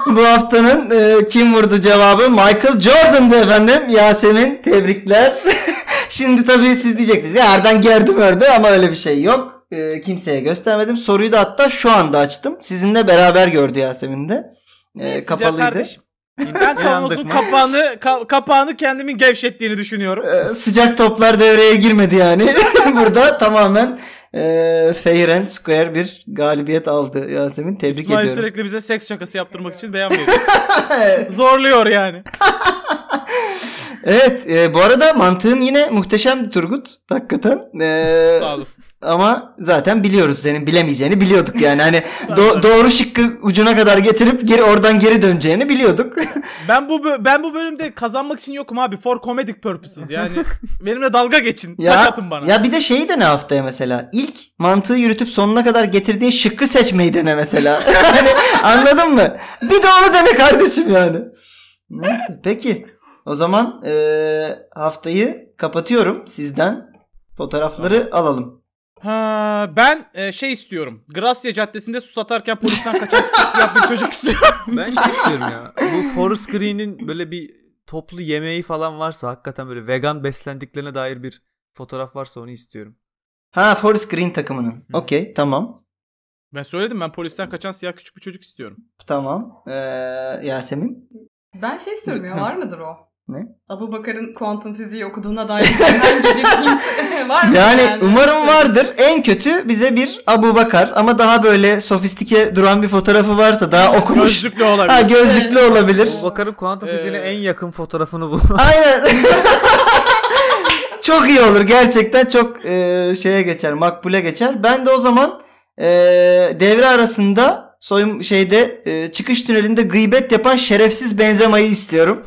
Speaker 1: bu haftanın e, kim vurdu cevabı Michael Jordan'dı efendim. Yasemin tebrikler. *laughs* Şimdi tabii siz diyeceksiniz ya Erden gerdi verdi ama öyle bir şey yok. E, kimseye göstermedim. Soruyu da hatta şu anda açtım. Sizinle beraber gördü Yasemin de. E,
Speaker 4: Neyse,
Speaker 1: kapalıydı.
Speaker 4: kardeşim. Ben
Speaker 5: İnandık
Speaker 4: kavanozun
Speaker 5: mı?
Speaker 4: kapağını ka- kapağını kendimin gevşettiğini düşünüyorum.
Speaker 1: Ee, sıcak toplar devreye girmedi yani. *laughs* Burada tamamen e, fair and square bir galibiyet aldı Yasemin. Tebrik
Speaker 4: İsmail
Speaker 1: ediyorum.
Speaker 4: sürekli bize seks şakası yaptırmak için *laughs* beğenmiyor. *laughs* Zorluyor yani.
Speaker 1: Evet e, bu arada mantığın yine muhteşemdi Turgut. Hakikaten. E,
Speaker 4: Sağ olasın.
Speaker 1: ama zaten biliyoruz senin bilemeyeceğini biliyorduk yani. Hani do- doğru şıkkı ucuna kadar getirip geri oradan geri döneceğini biliyorduk. *laughs*
Speaker 4: Ben bu bö- ben bu bölümde kazanmak için yokum abi. For comedic purposes
Speaker 1: *laughs*
Speaker 4: yani. Benimle dalga geçin. Ya,
Speaker 1: ya,
Speaker 4: atın bana.
Speaker 1: ya bir de şeyi dene haftaya mesela. İlk mantığı yürütüp sonuna kadar getirdiğin şıkkı seçmeyi dene mesela. hani anladın mı? Bir de onu dene kardeşim yani. Neyse peki. O zaman eee, haftayı kapatıyorum. Sizden fotoğrafları alalım.
Speaker 4: Ha, ben e, şey istiyorum. Gracia Caddesi'nde su satarken polisten kaçan siyah bir çocuk
Speaker 1: *laughs*
Speaker 4: istiyorum.
Speaker 5: *laughs* Ben şey istiyorum ya. Bu Forest Green'in böyle bir toplu yemeği falan varsa hakikaten böyle vegan beslendiklerine dair bir fotoğraf varsa onu istiyorum.
Speaker 1: Ha Forest Green takımının. Okey tamam.
Speaker 4: Ben söyledim ben polisten kaçan siyah küçük bir çocuk istiyorum.
Speaker 1: Tamam. Eee, Yasemin.
Speaker 3: Ben şey istiyorum ya
Speaker 4: *laughs*
Speaker 3: var mıdır o?
Speaker 1: Ne?
Speaker 3: Abu Bakar'ın kuantum fiziği okuduğuna dair herhangi bir hint *laughs* var mı?
Speaker 1: Yani umarım vardır. En kötü bize bir Abu Bakar ama daha böyle sofistike duran bir fotoğrafı varsa daha okumuş.
Speaker 4: Gözlüklü olabilir.
Speaker 1: Ha gözlüklü olabilir.
Speaker 5: Bu bakarım kuantum fiziğine
Speaker 4: Ee,
Speaker 5: en yakın fotoğrafını bul.
Speaker 1: Aynen. *laughs* çok iyi olur gerçekten çok e, şeye geçer makbule geçer. Ben de o zaman e, devre arasında soyun şeyde e, çıkış tünelinde gıybet yapan şerefsiz benzemayı istiyorum.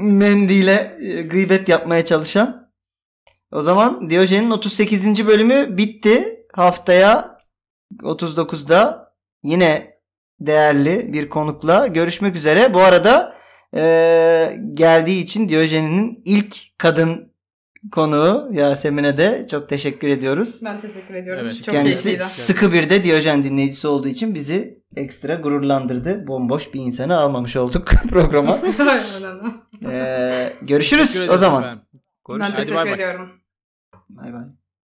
Speaker 1: Mendiyle e, gıybet yapmaya çalışan. O zaman Diyojen'in 38. bölümü bitti. Haftaya 39'da yine değerli bir konukla görüşmek üzere. Bu arada ee, geldiği için Diyojen'in ilk kadın konuğu Yasemin'e de çok teşekkür ediyoruz.
Speaker 3: Ben teşekkür ediyorum.
Speaker 4: Evet.
Speaker 3: Çok
Speaker 1: Kendisi
Speaker 3: keyifliydi. *laughs*
Speaker 1: sıkı bir de Diyojen dinleyicisi olduğu için bizi ekstra gururlandırdı. Bomboş bir insanı almamış olduk *laughs*
Speaker 3: *laughs*
Speaker 1: programa. Ee, görüşürüz
Speaker 4: Teşekkür
Speaker 1: o
Speaker 4: ederim
Speaker 1: zaman.
Speaker 4: efendim.
Speaker 5: Konuş.
Speaker 3: ben
Speaker 4: Hadi bay
Speaker 3: teşekkür
Speaker 4: bay.
Speaker 3: ediyorum.
Speaker 1: Bay bay.